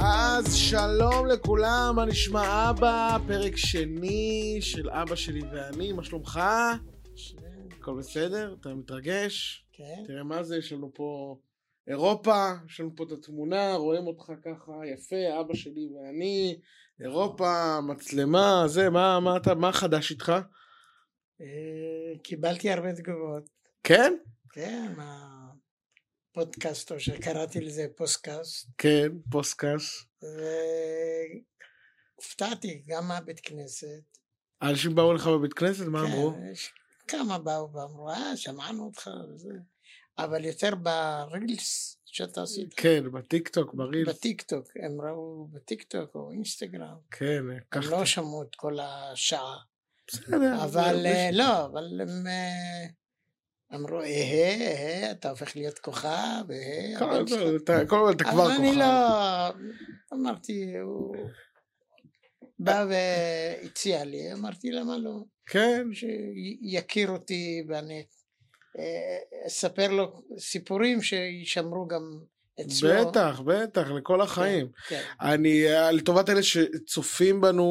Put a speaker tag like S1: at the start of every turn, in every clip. S1: אז שלום לכולם, מה נשמע אבא? פרק שני של אבא שלי ואני, מה שלומך? הכל בסדר? אתה מתרגש?
S2: כן,
S1: תראה מה זה, יש לנו פה אירופה, יש לנו פה את התמונה, רואים אותך ככה, יפה, אבא שלי ואני, אירופה, מצלמה, זה, מה, מה אתה, מה חדש איתך?
S2: אה, קיבלתי הרבה תגובות,
S1: כן?
S2: כן, הפודקאסט או שקראתי לזה פוסטקאסט,
S1: כן, פוסטקאסט.
S2: והופתעתי גם מהבית כנסת,
S1: אנשים באו לך בבית כנסת, מה
S2: כן,
S1: אמרו?
S2: יש כמה באו ואמרו, אה, שמענו אותך וזה, אבל יותר ברילס שאתה עשית,
S1: כן, בטיקטוק, בריל.
S2: בטיקטוק, הם ראו בטיקטוק או אינסטגרם,
S1: כן,
S2: הם
S1: ככה.
S2: לא שמעו את כל השעה,
S1: בסדר.
S2: אבל
S1: זה-
S2: אה, לא, אבל הם אה, אמרו, "אה, אהה, אהה, אה, אתה הופך להיות כוכב, אהה,
S1: כל
S2: הבן שלך."
S1: הזמן, אתה- כל הזמן כן, אתה כבר
S2: כן, אבל אני
S1: כוכב.
S2: לא, אמרתי, הוא בא והציע לי, אמרתי, למה לא?
S1: כן,
S2: שיכיר אותי ואני אה, אספר לו סיפורים שיישמרו גם אצלו.
S1: בטח, בטח, לכל החיים.
S2: כן,
S1: אני, אה, לטובת אלה שצופים בנו,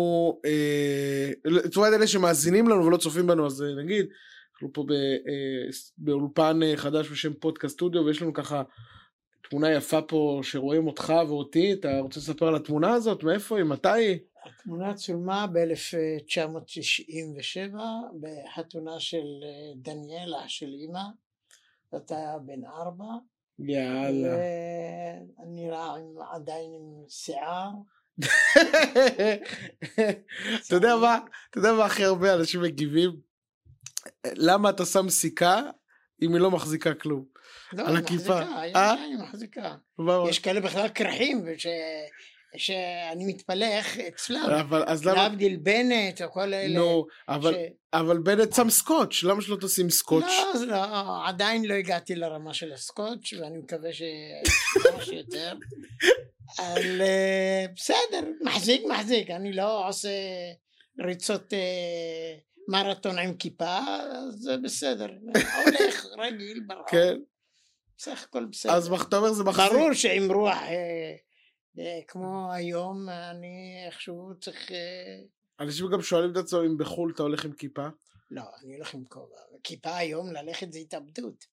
S1: אה, לטובת אלה שמאזינים לנו ולא צופים בנו, אז אה, נגיד, אנחנו פה ב, אה, ס- באולפן אה, חדש בשם פודקאסט סטודיו, ויש לנו ככה תמונה יפה פה שרואים אותך ואותי, אתה רוצה לספר על התמונה הזאת? מאיפה היא? מתי היא?
S2: התמונה צולמה ב-1997 בחתונה של אה, דניאל, אח של אימא. אתה בן ארבע.
S1: יאללה.
S2: ואני נראה עם- עדיין עם שיער. אה,
S1: אתה יודע מה? אתה יודע מה הכי הרבה אנשים מגיבים? למה אתה שם סיכה אם היא לא מחזיקה כלום?
S2: לא,
S1: על
S2: היא
S1: הכיפה.
S2: מחזיקה, היא
S1: אה?
S2: עדיין מחזיקה.
S1: מה-
S2: יש כאלה בכלל קרחים ש... שאני מתפלא איך אצלם.
S1: אה, אבל אז למה...
S2: להבדיל בנט או כל אלה.
S1: נו, אבל-
S2: ש-
S1: אבל בנט שם סקוץ', למה שלא תשים סקוץ'?
S2: לא, זה לא, עדיין לא הגעתי לרמה של הסקוץ', ואני מקווה ש... כמה שיותר. אבל אה, בסדר, מחזיק, מחזיק. אני לא עושה ריצות אה, מרתון עם כיפה, אז זה בסדר. הולך, רגיל, ברור.
S1: כן,
S2: בסך הכל בסדר.
S1: אז מה אתה אומר זה מחזיק.
S2: ברור שעם רוח אה, אה, כמו היום, אני איכשהו צריך... אה,
S1: אנשים גם שואלים את עצמם אם בחו"ל אתה הולך עם כיפה.
S2: לא, אני הולך עם כובע. כיפה היום ללכת זה התאבדות.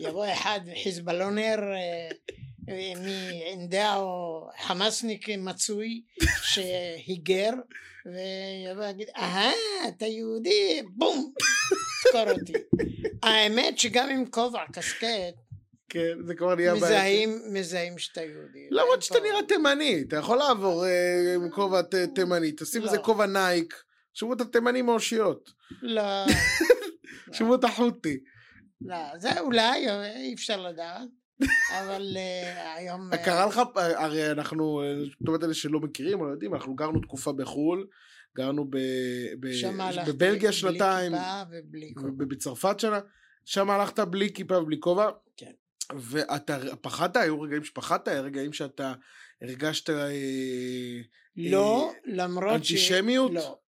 S2: יבוא אחד חיזבאלונר אה, אה, מעינדה או חמאסניק מצוי שהיגר, ויבוא ויגיד, אהה, אתה יהודי, בום, תזכור אותי. האמת שגם עם כובע קסקט,
S1: כן, זה כבר נהיה בעיה.
S2: מזהים, מזהים שאתה יהודי. אין
S1: למרות שאתה
S2: פה-
S1: נראה תימני, אתה יכול לעבור אה, עם כובע ת- תימני, תשים
S2: לא.
S1: איזה כובע נייק, תשמעו את התימני מאושיות,
S2: לא,
S1: תשמעו את החותי.
S2: לא, זה אולי, אי אפשר לדעת, אבל אה, היום... אה,
S1: קרה לך, הרי אנחנו, לטובת אלה שלא מכירים או לא יודעים, אנחנו גרנו תקופה בחו"ל, גרנו ב, ב,
S2: שם הלכתי
S1: בבלגיה שנתיים,
S2: בלי כיפה ובלי כובע.
S1: ב- בצרפת שנה, שם הלכת בלי כיפה ובלי כובע.
S2: כן.
S1: ואתה פחדת, היו רגעים שפחדת, היו רגעים שאתה הרגשת אה,
S2: לא, למרות ש...
S1: אנטישמיות?
S2: לא.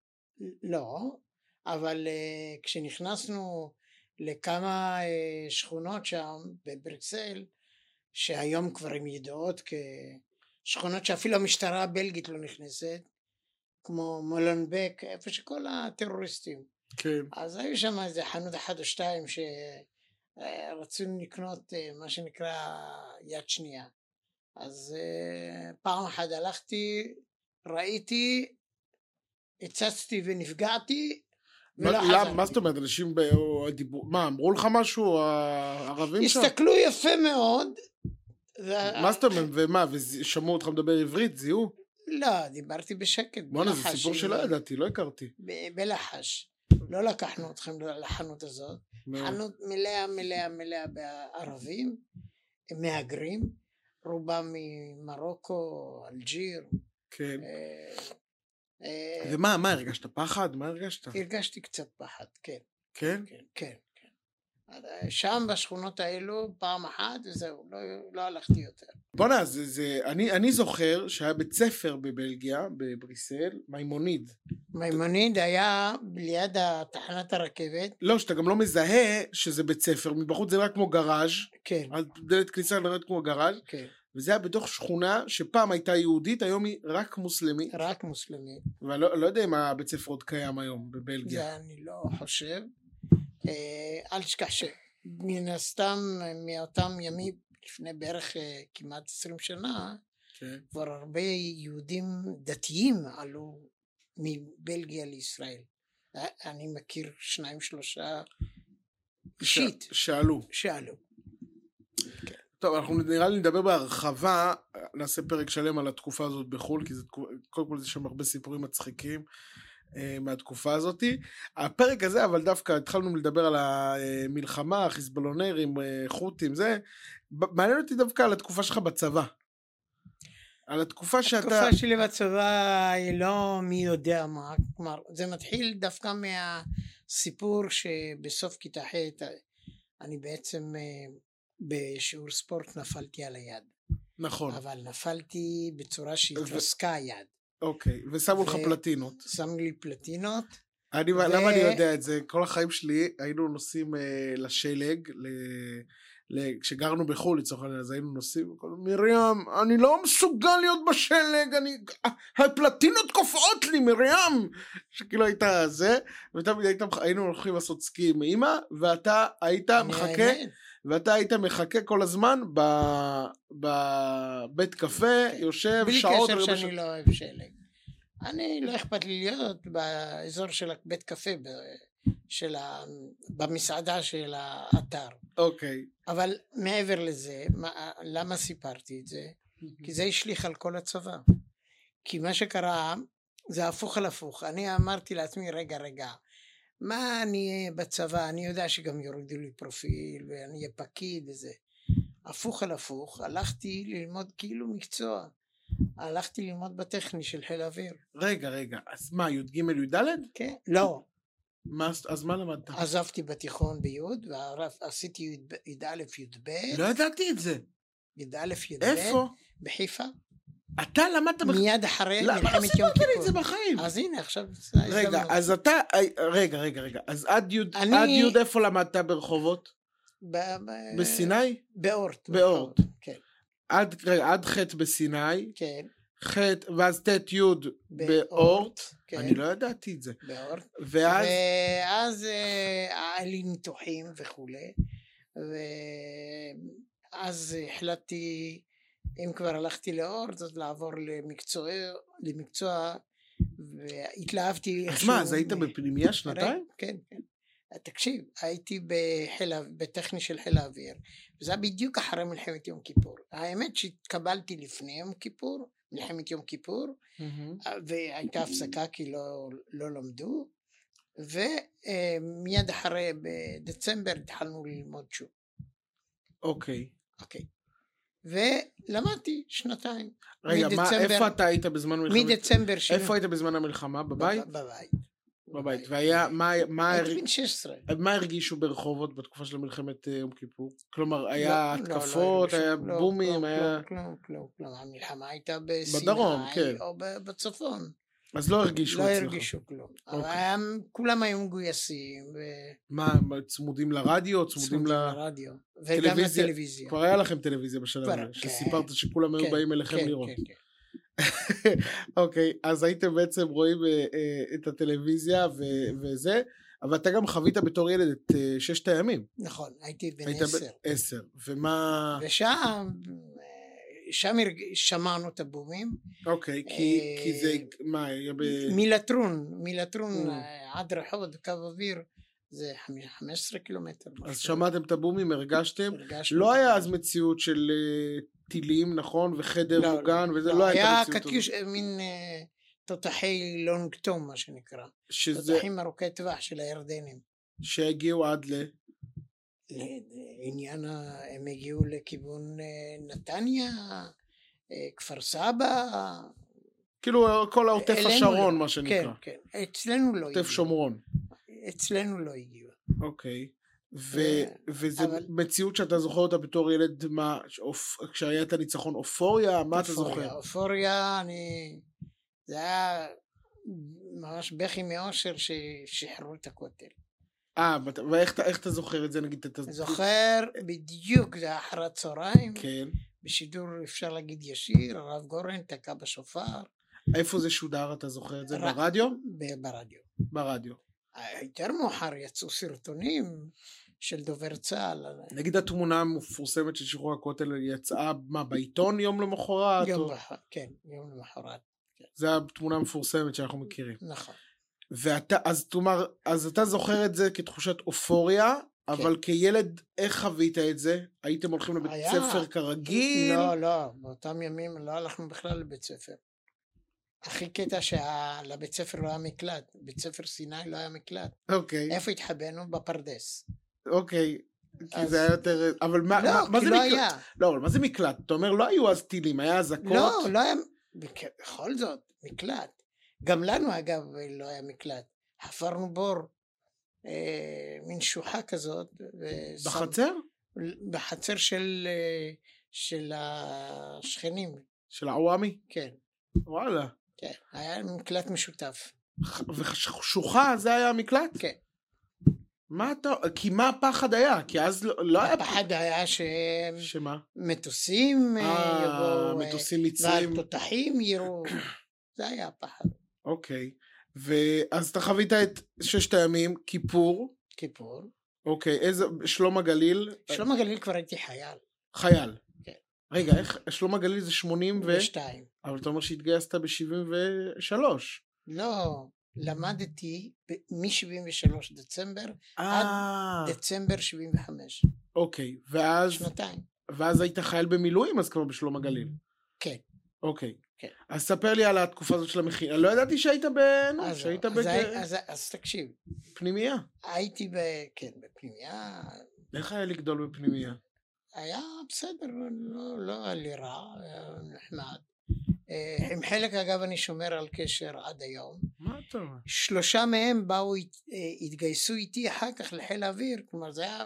S2: לא, אבל אה, כשנכנסנו לכמה אה, שכונות שם בברקסל, שהיום כבר הן ידועות כשכונות שאפילו המשטרה הבלגית לא נכנסת, כמו מולנבק, איפה שכל הטרוריסטים.
S1: כן.
S2: אז היו שם איזה חנות אחת או שתיים שרצינו לקנות אה, מה שנקרא יד שנייה. אז אה, פעם אחת הלכתי, ראיתי, הצצתי ונפגעתי,
S1: מה-
S2: ולא
S1: למה-
S2: חזרתי.
S1: מה זאת אומרת, אנשים, ב- או הדיבור- מה, אמרו לך משהו, הערבים שם?
S2: הסתכלו אה, יפה מאוד. ו-
S1: מה זאת אומרת, ומה, ושמעו אותך מדבר עברית, זיהו?
S2: לא, דיברתי בשקט.
S1: בואנה, זה
S2: בלחש,
S1: סיפור
S2: עם-
S1: שלא ידעתי, לא הכרתי.
S2: ב- בלחש. לא לקחנו אתכם לחנות הזאת. חנות מלאה מלאה מלאה בערבים, מהגרים, רובם ממרוקו, אלג'יר.
S1: כן.
S2: אה, אה,
S1: ומה, מה, הרגשת פחד? מה הרגשת?
S2: הרגשתי קצת פחד, כן,
S1: כן?
S2: כן, כן. כן. אה, שם בשכונות האלו פעם אחת וזהו, לא, לא הלכתי יותר.
S1: בואנה, זה, זה, אני, אני זוכר שהיה בית ספר בבלגיה, בבריסל, מימוניד.
S2: מימוניד היה ליד תחנת הרכבת,
S1: לא, שאתה גם לא מזהה שזה בית ספר, מבחוץ זה נראה כמו גראז',
S2: כן,
S1: אז דלת כניסה נראית כמו גראז',
S2: כן.
S1: וזה היה בתוך שכונה שפעם הייתה יהודית, היום היא רק מוסלמית.
S2: רק מוסלמי.
S1: ואני לא, לא יודע אם הבית ספר עוד קיים היום בבלגיה.
S2: זה אני לא חושב. אה, אל תשכח שמן הסתם מאותם ימים לפני בערך אה, כמעט עשרים שנה
S1: כן.
S2: כבר הרבה יהודים דתיים עלו מבלגיה לישראל. אה, אני מכיר שניים שלושה אישית
S1: ש- שאלו.
S2: שעלו.
S1: טוב, אנחנו נראה לי נדבר בהרחבה, נעשה פרק שלם על התקופה הזאת בחו"ל, כי זה, תקו- קודם כל יש שם הרבה סיפורים מצחיקים אה, מהתקופה הזאת. הפרק הזה, אבל דווקא התחלנו לדבר על המלחמה, חיזבאלונרים, אה, חות'ים, זה. ב- מעניין אותי דווקא על התקופה שלך בצבא. על התקופה שאתה...
S2: התקופה שלי בצבא היא לא מי יודע מה, כלומר זה מתחיל דווקא מהסיפור שבסוף כיתה ח' אני בעצם אה, בשיעור ספורט נפלתי על היד,
S1: נכון,
S2: אבל נפלתי בצורה שהתרסקה היד,
S1: אוקיי. ושמו לך
S2: ו-
S1: פלטינות.
S2: שם לי פלטינות,
S1: אני,
S2: ו-
S1: למה אני יודע את זה? כל החיים שלי היינו נוסעים אה, לשלג, ל... ל... כשגרנו בחו"ל לצורך העניין, אז היינו נוסעים, וכל- מרים, אני לא מסוגל להיות בשלג, אני... הפלטינות קופאות לי, מרים! שכאילו הייתה זה, ותמיד היית, היינו הולכים לעשות סקי עם אימא, ואתה היית
S2: אני
S1: מחכה,
S2: האמת,
S1: ואתה היית מחכה כל הזמן ב- בבית קפה,
S2: כן.
S1: יושב
S2: בלי
S1: שעות,
S2: קשר
S1: ובש-
S2: שאני לא אוהב שלג, אני לא אכפת לי להיות באזור של הבית קפה, ב- של ה... במסעדה של האתר
S1: אוקיי.
S2: אבל מעבר לזה, מה, למה סיפרתי את זה? כי זה השליך על כל הצבא. כי מה שקרה זה הפוך על הפוך. אני אמרתי לעצמי, רגע, רגע, מה אני אהיה בצבא? אני יודע שגם יורידו לי פרופיל ואני אהיה פקיד וזה. הפוך על הפוך, הלכתי ללמוד כאילו מקצוע. הלכתי ללמוד בטכני של חיל האוויר.
S1: רגע, רגע, אז מה, י"ג י"ד?
S2: כן? לא.
S1: מה, אז מה למדת?
S2: עזבתי בתיכון בי' ועשיתי י"א י"ב,
S1: לא ידעתי את זה.
S2: י"א י"ב,
S1: איפה?
S2: בחיפה.
S1: אתה למדת בח...
S2: מיד אחרי
S1: למה לא
S2: מלחמת יום
S1: סיפרת לי את זה
S2: כיפור.
S1: בחיים?
S2: אז הנה עכשיו זה
S1: רגע,
S2: ההזדמנות.
S1: אז אתה... אי, רגע, רגע, רגע. אז עד י'
S2: אני- אה.
S1: עד י' איפה למדת ברחובות?
S2: ב- ב-
S1: בסיני?
S2: באורט.
S1: באורט.
S2: כן,
S1: עד, רגע, עד ח' בסיני,
S2: כן.
S1: ח' ואז ט' י' באורט.
S2: באורט, כן.
S1: אני לא ידעתי את זה.
S2: באורט.
S1: ואז...
S2: ואז אה, היה לי ניתוחים וכולי. ואז החלטתי, אם כבר הלכתי לאורט, אז לעבור למקצוע, למקצוע, והתלהבתי
S1: אז מה, אז
S2: איכשהו
S1: היית
S2: מ-
S1: בפנימייה שנתיים?
S2: הרי- כן, כן. תקשיב, הייתי בחיל, האו- בטכני של חיל האוויר, וזה היה בדיוק אחרי מלחמת יום כיפור. האמת שהתקבלתי לפני יום כיפור, מלחמת יום כיפור,
S1: מהמם.
S2: והייתה הפסקה כי לא, לא למדו, ומיד אחרי, בדצמבר, התחלנו ללמוד שוב.
S1: אוקיי.
S2: אוקיי. ולמדתי שנתיים.
S1: רגע, מה,
S2: מדצמבר-
S1: איפה אתה היית בזמן מלחמת...
S2: מדצמבר שלי.
S1: איפה היית בזמן המלחמה? בבית?
S2: בבית.
S1: בבית. והיה... מה... מה...
S2: הייתי בן 16.
S1: מה הרגישו ברחובות בתקופה של מלחמת אה, יום כיפור? כלומר, היה
S2: לא, לא, לא היו
S1: התקפות,
S2: שם,
S1: היה
S2: לא,
S1: בומים,
S2: לא,
S1: היה...
S2: כלום, כלום, כלום, כלום. המלחמה הייתה בסיני,
S1: בדרום, כן.
S2: או ב- בצפון.
S1: אז לא הרגישו
S2: לא
S1: אצלך.
S2: הרגישו כלום. אבל
S1: אוקיי.
S2: היה- כולם היו מגויסים, וצמודים
S1: מה, מה, צמודים לרדיו, צמודים ל...
S2: לרדיו, וגם
S1: טלוויזיה.
S2: לטלוויזיה. כן,
S1: כבר היה לכם טלוויזיה בשלב
S2: כבר,
S1: הזה,
S2: כן.
S1: שסיפרת שכולם היו
S2: כן,
S1: באים אליכם
S2: כן,
S1: לראות.
S2: כן, כן.
S1: אוקיי, אז הייתם בעצם רואים אה, אה, את הטלוויזיה ו- וזה, אבל אתה גם חווית בתור ילד את אה, ששת הימים.
S2: נכון, הייתי בן
S1: היית אה.
S2: עשר.
S1: בן עשר. ומה...
S2: ושם, אה, שם הרג- שמענו את הבומים.
S1: אוקיי, כי
S2: אה,
S1: כי זה... מה, היה ב...
S2: מלטרון, מלטרון
S1: Mm.
S2: אה, עד רחוב, קו אוויר, זה חמש- 15 קילומטר.
S1: אז
S2: משהו.
S1: שמעתם את הבומים, הרגשתם?
S2: הרגשנו
S1: לא
S2: את
S1: היה
S2: הבומים.
S1: אז מציאות של אה, טילים, נכון? וחדר
S2: לא,
S1: מוגן, וזה
S2: לא,
S1: לא הייתה
S2: היה
S1: מציאות הזאת.
S2: קטיוש, מין אה, תותחי לונג תום מה שנקרא,
S1: שזה,
S2: תותחים ארוכי טווח של הירדנים.
S1: שהגיעו עד ל...
S2: לעניין, ה- הם הגיעו לכיוון אה, נתניה, אה, כפר סבא,
S1: כאילו כל העוטף
S2: אלינו
S1: השרון,
S2: לא.
S1: מה
S2: כן,
S1: שנקרא.
S2: כן, אצלנו לא
S1: עוטף
S2: הגיעו,
S1: שומרון.
S2: אצלנו לא הגיעו,
S1: אוקיי.
S2: אה,
S1: וזו
S2: אבל-
S1: מציאות שאתה זוכר אותה בתור ילד, מה, שאופ- כשהיה את הניצחון אופוריה, מה אתה
S2: אופוריה,
S1: זוכר?
S2: אופוריה, אני, זה היה ממש בכי מאושר ששחררו את הכותל. אוקיי.
S1: אה, בת- ואיך אתה- איך אתה זוכר את זה, נגיד, אתה...
S2: זוכר בדיוק, זה היה אחר הצהריים,
S1: כן.
S2: בשידור אפשר להגיד ישיר, הרב גורן תקע בשופר
S1: איפה זה שודר, אתה זוכר את זה?
S2: רק-
S1: ברדיו?
S2: ב- ברדיו.
S1: ברדיו.
S2: יותר מאוחר יצאו סרטונים של דובר צה"ל, אה,
S1: נגיד התמונה המפורסמת של שחרור הכותל יצאה, מה, בעיתון יום למחרת?
S2: יום
S1: או-
S2: למחרת, כן, יום למחרת,
S1: זו התמונה המפורסמת שאנחנו מכירים.
S2: נכון.
S1: ואתה, אז תאמר, אז אתה זוכר את זה כתחושת אופוריה,
S2: כן.
S1: אבל כילד, איך חווית את זה? הייתם הולכים לבית
S2: היה.
S1: ספר כרגיל?
S2: לא, לא, באותם ימים לא הלכנו בכלל לבית ספר. הכי קטע שלבית ספר לא היה מקלט, בית ספר סיני לא היה מקלט.
S1: אוקיי,
S2: איפה התחבאנו? בפרדס.
S1: אוקיי. כי
S2: אז-
S1: זה היה יותר... אבל מה
S2: לא,
S1: מה- מה
S2: כי
S1: זה
S2: לא
S1: מקלט?
S2: היה.
S1: לא, אבל מה זה מקלט? אתה אומר, לא היו אז טילים, היה אזעקות?
S2: לא, לא היה, בכ- בכל זאת, מקלט. גם לנו אגב לא היה מקלט. חפרנו בור, אה, מין שוחה כזאת. ושם-
S1: בחצר?
S2: בחצר של, אה, של השכנים,
S1: של העוואמי?
S2: כן.
S1: וואלה.
S2: כן, היה מקלט משותף.
S1: ושוחה זה היה המקלט?
S2: כן.
S1: מה אתה... כי מה הפחד היה? כי אז לא, לא היה...
S2: הפחד היה שמטוסים
S1: שמה? אה,
S2: אה, יבואו, אה,
S1: מטוסים מצרים.
S2: והתותחים יירו. זה היה הפחד.
S1: אוקיי. ואז אתה חווית את ששת הימים, כיפור.
S2: כיפור.
S1: אוקיי, איזה... שלום הגליל. אה,
S2: שלום הגליל כבר הייתי חייל.
S1: חייל.
S2: כן.
S1: רגע, איך... שלום הגליל זה 80 ו...
S2: בשתיים.
S1: אבל אתה אומר שהתגייסת ב-73.
S2: לא, למדתי מ-73 דצמבר,
S1: אה,
S2: דצמבר 75.
S1: אוקיי. ואז...
S2: שנתיים.
S1: ואז היית חייל במילואים אז כבר בשלום הגליל.
S2: כן.
S1: אוקיי.
S2: כן.
S1: אז ספר לי על התקופה הזאת של המכינה. לא ידעתי שהיית ב... נו,
S2: אז-
S1: שהיית
S2: אז הי-
S1: בפנימייה.
S2: אז- אז תקשיב, הייתי ב... כן, בפנימייה,
S1: איך היה לגדול בפנימייה?
S2: היה בסדר, לא, לא היה לי רע, היה נחמד. אה, עם חלק אגב אני שומר על קשר עד היום.
S1: מה אתה אומר?
S2: שלושה מהם באו, אית- אה, התגייסו איתי אחר כך לחיל האוויר, כלומר זה היה,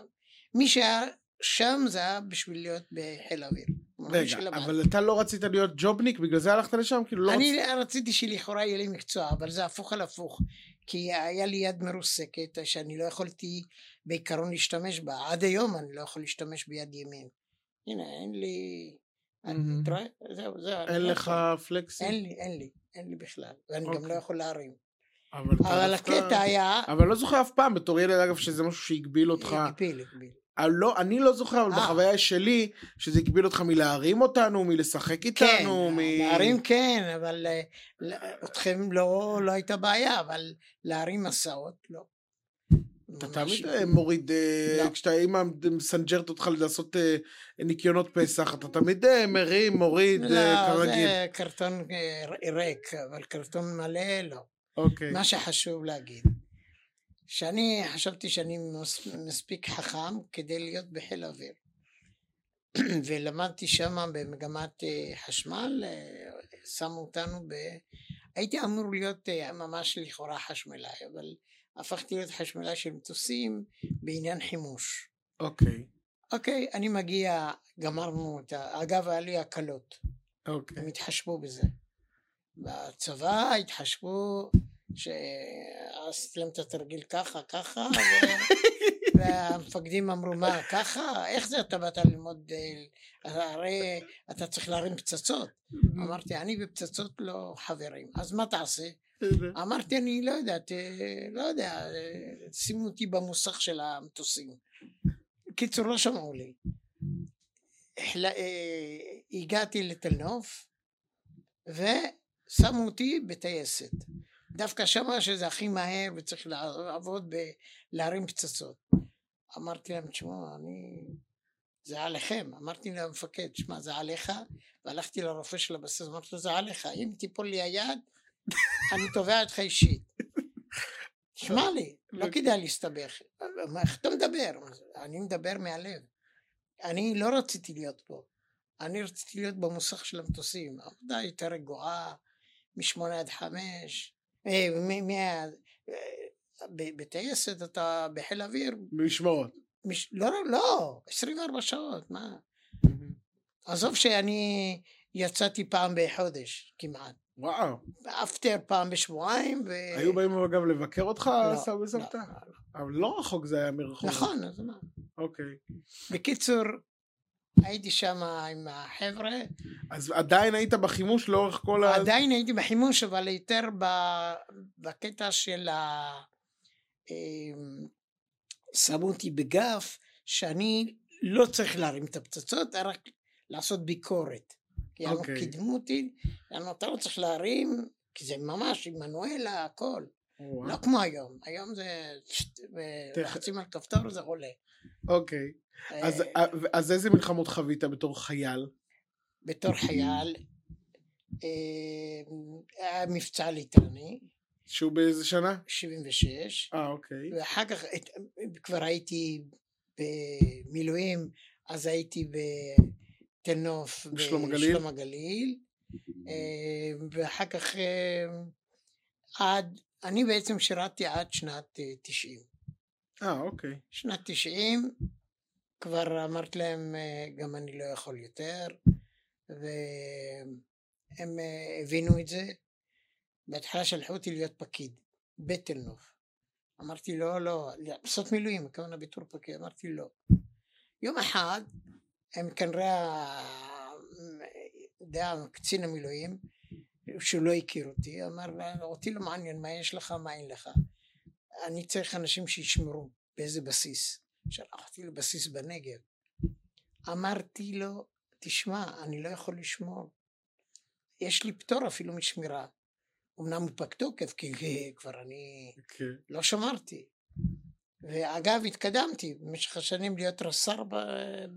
S2: מי שהיה שם זה היה בשביל להיות בחיל האוויר. כלומר, מי
S1: רגע,
S2: שלמד.
S1: אבל אתה לא רצית להיות ג'ובניק, בגלל זה הלכת לשם? כאילו לא רצית...
S2: אני רציתי שלכאורה יהיה לי מקצוע, אבל זה הפוך על הפוך, כי היה לי יד מרוסקת שאני לא יכולתי בעיקרון להשתמש בה, עד היום אני לא יכול להשתמש ביד ימין. הנה, אין לי...
S1: מהמם.
S2: אני- אתה רואה? זהו, זהו. אני
S1: אין
S2: לא
S1: לך
S2: יכול.
S1: פלקסי.
S2: אין לי, אין לי, אין לי בכלל, ואני גם
S1: אוקיי.
S2: לא יכול להרים.
S1: אבל אתה
S2: אבל
S1: דווקא-
S2: הקטע היה...
S1: אבל לא זוכר אף פעם, בתור ילד אגב, שזה משהו שהגביל אותך.
S2: הגביל, הגביל.
S1: אה, לא, אני לא זוכר, אבל
S2: אה.
S1: בחוויה שלי, שזה הגביל אותך מלהרים אותנו, מלשחק
S2: כן,
S1: איתנו, מ...
S2: להרים כן, אבל אה, לא- אתכם לא לא הייתה בעיה, אבל להרים מסעות, לא.
S1: אתה
S2: ממש
S1: תמיד
S2: לא.
S1: אה, מוריד, אה,
S2: לא.
S1: כשאתה אימא מסנג'רת אותך לעשות אה, ניקיונות פסח, אתה תמיד אה, מרים, מוריד, אה,
S2: לא,
S1: כרגיל.
S2: זה קרטון אה, ר- ריק, אבל קרטון מלא לא.
S1: אוקיי.
S2: מה שחשוב להגיד, שאני חשבתי שאני מס- מספיק חכם כדי להיות בחיל האוויר. ולמדתי שם במגמת אה, חשמל, אה, שמו אותנו ב... הייתי אמור להיות אה, ממש לכאורה חשמלאי, אבל הפכתי להיות חשמלאי של מטוסים בעניין חימוש.
S1: אוקיי.
S2: אוקיי, אני מגיע, גמרנו את ה... אגב, היה לי הקלות.
S1: אוקיי.
S2: הם התחשבו בזה. בצבא התחשבו שעשית להם את התרגיל ככה, ככה, ו- והמפקדים אמרו מה, ככה? איך זה אתה באת ללמוד, אה, הרי אתה צריך להרים פצצות.
S1: Mm.
S2: אמרתי, אני בפצצות לא חברים, אז מה תעשה? אמרתי, אני לא יודעת, אה, לא יודע, אה, שימו אותי במוסך של המטוסים. קיצור, לא שמעו לי. החל- אה, הגעתי לתל נוף, ושמו אותי בטייסת. דווקא שמה שזה הכי מהר וצריך לעבוד בלהרים פצצות. אמרתי להם, תשמעו, אני... זה עליכם. אמרתי למפקד, שמע, זה עליך. והלכתי לרופא של הבסיס, אמרתי לו, זה עליך. אם תיפול לי היד, אני תובע אותך אישית. תשמע לי, לא כדאי להסתבך. מה, איך אתה מדבר? אני מדבר מהלב. אני לא רציתי להיות פה. אני רציתי להיות במוסך של המטוסים. העבודה הייתה רגועה, משמונה עד חמש. אה, מ- מ- אה, ב- בטייסת אתה בחיל אוויר,
S1: משמרות.
S2: מש... לא, לא, 24 שעות, מה? אה. עזוב שאני יצאתי פעם בחודש כמעט.
S1: וואו.
S2: אפטר פעם בשבועיים. ו...
S1: היו באים אגב לבקר אותך,
S2: לא,
S1: סבא
S2: לא, נכון.
S1: וסבתא?
S2: לא.
S1: אבל לא רחוק זה היה מרחוב.
S2: נכון, אז מה?
S1: אוקיי.
S2: בקיצור, הייתי שם עם החבר'ה,
S1: אז עדיין היית בחימוש לאורך כל ה...
S2: עדיין הייתי בחימוש, אבל יותר ב- בקטע של ה... אמ, שמו אותי בגף, שאני לא צריך להרים את הפצצות, רק לעשות ביקורת. כי okay.
S1: אוקיי.
S2: קידמו אותי, אמרו, אתה לא צריך להרים, כי זה ממש עם מנואלה, הכל.
S1: וואו.
S2: לא כמו היום, היום זה... שט- ו-
S1: תכף.
S2: לחצים על כפתור זה עולה.
S1: אוקיי. אז-
S2: אה,
S1: אז איזה מלחמות חווית בתור חייל?
S2: בתור חייל, אמ, היה מבצע ליטני,
S1: שהוא באיזה שנה?
S2: 76,
S1: אה, אוקיי.
S2: ואחר כך את- כבר הייתי במילואים, אז הייתי בתל נוף,
S1: בשלום הגליל. Mm-hmm.
S2: בשלום הגליל, אמ, ואחר כך אמ, עד, אני בעצם שירתתי עד שנת אה, 90.
S1: אה, אוקיי.
S2: שנת 90 כבר אמרתי להם אה, גם אני לא יכול יותר והם אה, הבינו את זה בהתחלה שלחו אותי להיות פקיד בתל נוף אמרתי לא לא לעשות מילואים הכוונה בתור פקיד אמרתי לא יום אחד הם כנראה ה- יודע, קצין המילואים שהוא לא הכיר אותי אמר "לא, אותי לא מעניין מה יש לך מה אין לך אני צריך אנשים שישמרו באיזה בסיס. שלחתי לו בסיס בנגב. אמרתי לו, תשמע, אני לא יכול לשמור. יש לי פטור אפילו משמירה. אמנם הוא פג תוקף, כי אה, כבר אני
S1: כן.
S2: לא שמרתי. ואגב, התקדמתי במשך השנים להיות רס"ר ב-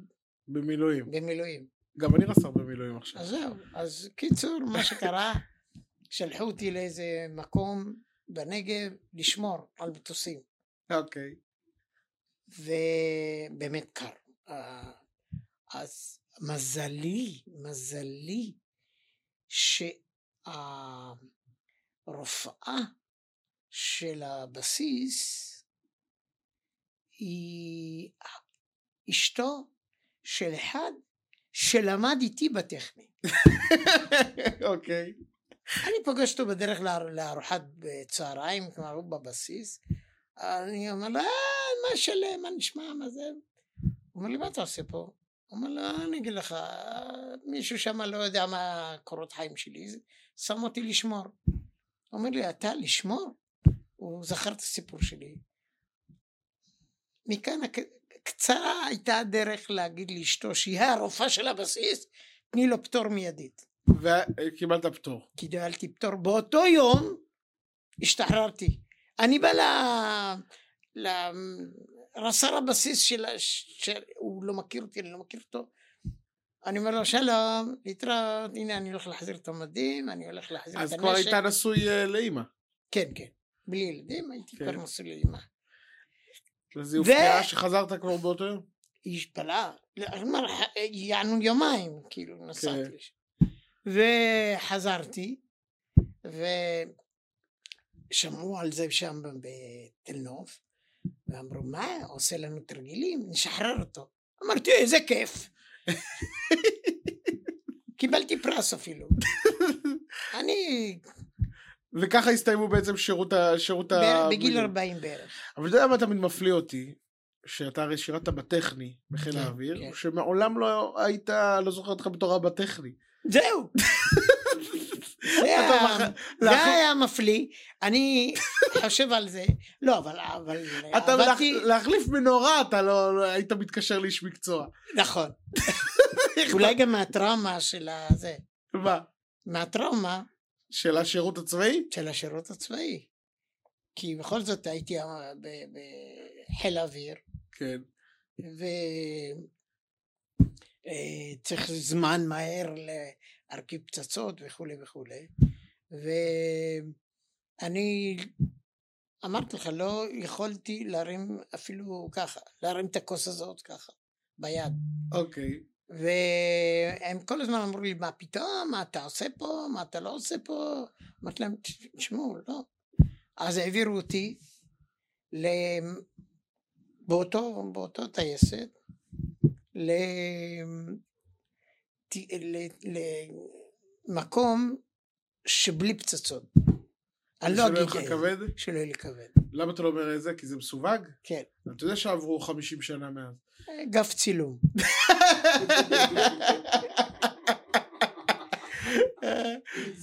S1: במילואים.
S2: במילואים.
S1: גם אני רס"ר במילואים עכשיו.
S2: אז זהו, אז קיצור, מה שקרה, שלחו אותי לאיזה מקום בנגב לשמור על מטוסים.
S1: אוקיי.
S2: ובאמת קר. אה, אז מזלי, מזלי, שהרופאה של הבסיס היא אשתו של אחד שלמד איתי בטכני.
S1: אוקיי.
S2: אני פוגש אותו בדרך לאר- לארוחת צהריים, כלומר הוא בבסיס, אני אומר לו, אה, מה שלם, מה נשמע, מה זה? הוא אומר לי, מה אתה עושה פה? הוא אומר לו, אני אגיד לך, "אה, מישהו שם לא יודע מה קורות חיים שלי, זה- שם אותי לשמור. הוא אומר לי, אתה לשמור? הוא זכר את הסיפור שלי. מכאן הק- קצרה הייתה הדרך להגיד לאשתו שהיא הרופאה של הבסיס, תני לו פטור מיידית.
S1: וקיבלת פטור.
S2: קיבלתי לא פטור. באותו יום השתחררתי. אני בא ל... ל... רס"ר הבסיס של... של... הוא לא מכיר אותי, אני לא מכיר אותו. אני אומר לו שלום, להתראות, הנה אני הולך להחזיר את המדים, אני הולך להחזיר את
S1: אז
S2: הנשק.
S1: כבר היית נשוי אה, לאימא.
S2: כן, כן. בלי ילדים הייתי
S1: כן.
S2: כבר נשוי לאמא.
S1: אז היא
S2: ו-
S1: הופתעה שחזרת כבר באותו יום?
S2: היא השפלה, כלומר, יענו יומיים, כאילו, נסעתי
S1: כן.
S2: לשם. וחזרתי, ושמעו על זה שם בתל נוף, ואמרו, מה, עושה לנו תרגילים, נשחרר אותו. אמרתי, איזה כיף. קיבלתי פרס אפילו. אני
S1: וככה הסתיימו בעצם שירות ה... שירות ה...
S2: ב- בגיל
S1: המילואים.
S2: 40 בערך.
S1: אבל אתה יודע מה תמיד מפליא אותי? שאתה הרי שירתת בטכני בחיל
S2: כן,
S1: האוויר,
S2: כן.
S1: שמעולם לא היית, לא זוכר אותך בתור אבא טכני.
S2: זהו. זה
S1: אתה
S2: ה-
S1: מח- לאחר-
S2: זה היה מפליא, אני חושב על זה, לא, אבל, אבל
S1: אתה
S2: עבדתי,
S1: להח- להחליף מנורה, אתה לא לא היית מתקשר לאיש מקצוע.
S2: נכון, אולי גם מהטראומה של הזה,
S1: מה?
S2: מהטראומה
S1: של השירות הצבאי?
S2: של השירות הצבאי, כי בכל זאת הייתי ה- ב- בחיל האוויר,
S1: כן.
S2: וצריך אה, זמן מהר להרכיב פצצות וכולי וכולי. ואני אמרתי לך, לא יכולתי להרים אפילו ככה, להרים את הכוס הזאת ככה, ביד.
S1: אוקיי.
S2: והם כל הזמן אמרו לי, מה פתאום, מה אתה עושה פה, מה אתה לא עושה פה? אמרתי להם, "תש- תשמעו, לא. אז העבירו אותי ל... באותו, באותו טייסת ל... ת- ל... למקום שבלי פצצות. אני לא
S1: שלא יהיה
S2: אגיד
S1: לך
S2: את זה.
S1: כבד?
S2: שלא יהיה לי כבד.
S1: למה אתה לא אומר את זה? כי זה מסווג?
S2: כן.
S1: אתה יודע שעברו 50 שנה מאז.
S2: גף צילום.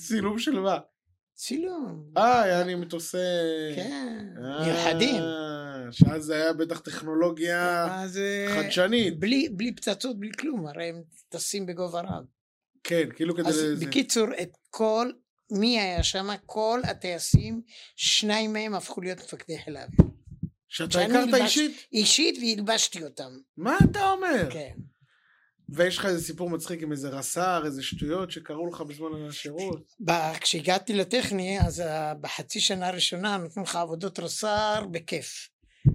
S1: צילום של מה?
S2: צילום.
S1: אה, היה אני מטוסי...
S2: כן.
S1: אה,
S2: מיוחדים.
S1: שאז זה היה בטח טכנולוגיה
S2: אז אה,
S1: חדשנית.
S2: בלי, בלי פצצות, בלי כלום, הרי הם טסים בגובה רב.
S1: כן, כאילו כדי...
S2: אז
S1: לזה.
S2: בקיצור, את כל, מי היה שם? כל הטייסים, שניים מהם הפכו להיות מפקדי חיל האוויר.
S1: שאתה
S2: שאני
S1: הכרת
S2: הלבש-
S1: אישית?
S2: אישית והלבשתי אותם.
S1: מה אתה אומר?
S2: כן.
S1: ויש לך איזה סיפור מצחיק עם איזה רס"ר, איזה שטויות שקרו לך בזמן השירות?
S2: ב- כשהגעתי לטכני, אז ה- בחצי שנה הראשונה נותנים לך עבודות רס"ר בכיף.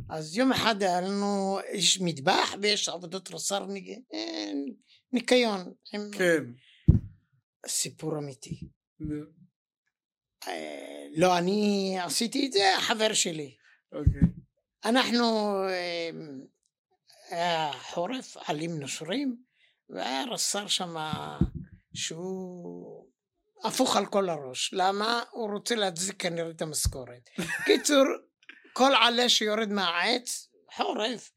S2: אז יום אחד היה לנו, יש מטבח ויש עבודות רס"ר ניק- אה, ניקיון. עם
S1: כן.
S2: סיפור אמיתי. אה, לא אני עשיתי את זה, החבר שלי.
S1: אוקיי.
S2: אנחנו, אה, היה חורף, עלים נושרים, והיה רס"ר שמה שהוא הפוך על כל הראש. למה? הוא רוצה להצדיק כנראה את המשכורת. קיצור, כל עלה שיורד מהעץ, חורף,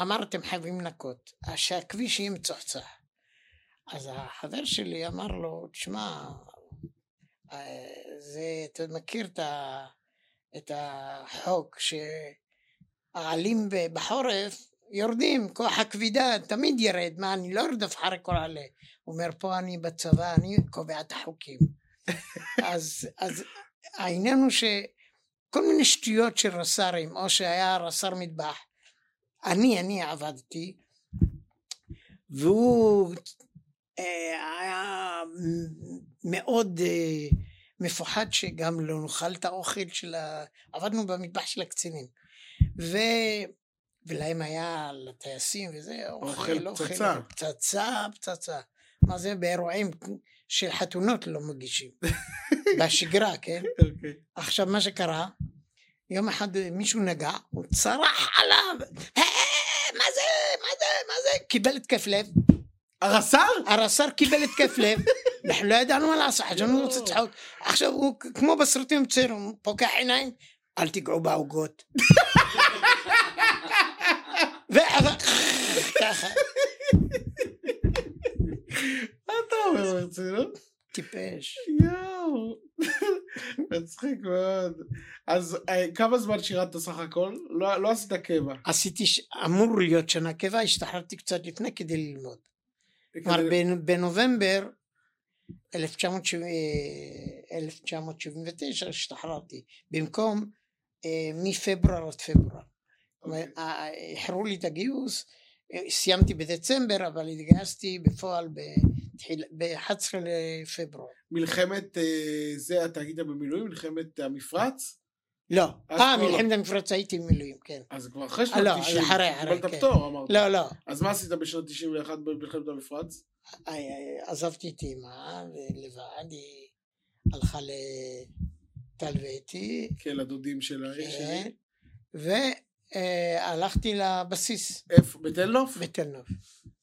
S2: אמרתם חייבים לנקות, אז שהכביש יהיה מצוחצח. אז החבר שלי אמר לו, תשמע, אה, זה, אתה מכיר את ה... את החוק שהעלים ב- בחורף יורדים, כוח הכבידה תמיד ירד, מה אני לא ארדף אחרי כל עלה. הוא אומר פה אני בצבא, אני קובע את החוקים. אז, אז העניין הוא שכל מיני שטויות של רס"רים, או שהיה רס"ר מטבח, אני, אני עבדתי, והוא אה, היה מאוד אה, מפוחד שגם לא נאכל את האוכל של ה... עבדנו במטבח של הקצינים. ו... ולהם היה לטייסים וזה,
S1: אוכל פצצה.
S2: פצצה, פצצה. מה זה באירועים של חתונות לא מגישים. בשגרה, כן?
S1: אוקיי.
S2: עכשיו מה שקרה, יום אחד אה, מישהו נגע, הוא צרח עליו, "אה, מה זה, מה זה, מה זה, קיבל התקף לב,
S1: הרס"ר?
S2: הרס"ר קיבל התקף לב, אנחנו לא ידענו מה לעשות, חשבנו רוצה צחוק, עכשיו הוא כ- כמו בסרטים צעירים, הוא פוקח עיניים, אל תיגעו בעוגות. ואז- ככה,
S1: מה אתה אומר ברצינות?
S2: טיפש.
S1: יואו. מצחיק מאוד. אז אה, כמה זמן שירתת סך הכל? לא- לא עשית קבע.
S2: עשיתי, ש- אמור להיות שנה קבע, השתחררתי קצת לפני כדי ללמוד. כלומר
S1: כדי-
S2: בנ- בנובמבר 1970 אה, 1979 השתחררתי במקום אה, מפברואר עד פברואר.
S1: אוקיי.
S2: ה- ה- איחרו לי את הגיוס, אה, סיימתי בדצמבר אבל התגייסתי בפועל ב-11 לפברואר.
S1: מלחמת אה, זה, אתה היית במילואים? מלחמת המפרץ?
S2: לא,
S1: אז
S2: אה
S1: כבר לא.
S2: מלחמת המפרץ הייתי במילואים, כן.
S1: אז כבר אחרי
S2: אה,
S1: שנות
S2: לא, אז
S1: 90.
S2: אחרי, אחרי,
S1: קיבלת
S2: כן.
S1: פטור, אמרת.
S2: לא, לא,
S1: אז מה עשית בשנת 91 במלחמת המפרץ?
S2: אה, אה, עזבתי את אמא לבד, היא הלכה לטל ואתי,
S1: כן, לדודים שלה. שלי.
S2: והלכתי אה, לבסיס
S1: איפה? בתל נוף?
S2: בתל נוף.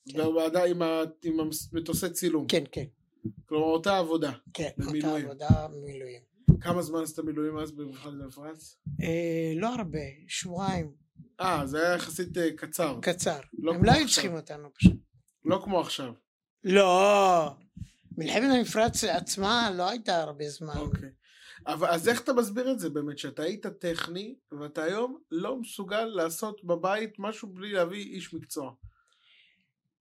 S2: כן.
S1: בוועדה עם ה- עם המטוסי צילום.
S2: כן, כן,
S1: כלומר, אותה עבודה.
S2: כן. אותה
S1: במילואים.
S2: עבודה מילואים.
S1: כמה זמן עשית מילואים אז במלחמת המפרץ?
S2: אה, לא הרבה, שבועיים,
S1: אה, זה היה יחסית אה, קצר.
S2: קצר.
S1: לא
S2: הם
S1: כמו
S2: לא היו
S1: עכשיו.
S2: צריכים אותנו פשוט.
S1: לא כמו עכשיו.
S2: לא. מלחמת המפרץ עצמה לא הייתה הרבה זמן.
S1: אוקיי. אבל אז איך אתה מסביר את זה באמת, שאתה היית טכני, ואתה היום לא מסוגל לעשות בבית משהו בלי להביא איש מקצוע.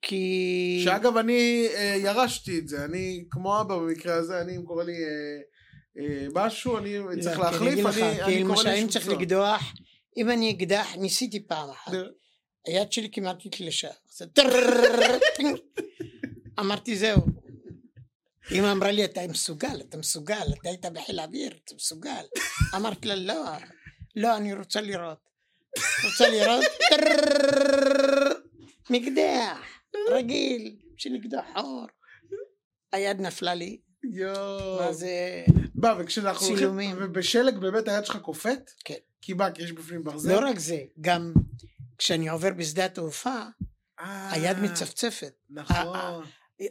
S2: כי...
S1: שאגב, אני אה, ירשתי את זה, אני כמו אבא במקרה הזה, אני, אם קורה לי אה, אה, משהו, אני
S2: לא,
S1: צריך
S2: כי אני
S1: להחליף,
S2: אגיד לך,
S1: אני,
S2: כי
S1: אני קורא לא.
S2: למשל,
S1: לאיש
S2: אם צריך
S1: מקצוע.
S2: לקדוח, אם אני אקדח, ניסיתי פעם אחת.
S1: זה-
S2: היד שלי כמעט נתלשה. עשה טרררררר, פינג. אמרתי זהו. אמא אמרה לי אתה מסוגל, אתה מסוגל, אתה היית בחיל האוויר, אתה מסוגל. אמרתי לה לא, לא, אני רוצה לראות. רוצה לראות? טרררררר. מקדח, רגיל, בשביל לקדוח חור. היד נפלה לי,
S1: יואו.
S2: מה זה...
S1: מה, וכשאנחנו
S2: צילומים.
S1: הולכים, ובשלג באמת היד שלך קופאת?
S2: כן.
S1: כי מה, כי יש בפנים ברזל?
S2: לא רק זה, גם כשאני עובר בשדה התעופה,
S1: אה,
S2: היד מצפצפת. אה,
S1: נכון.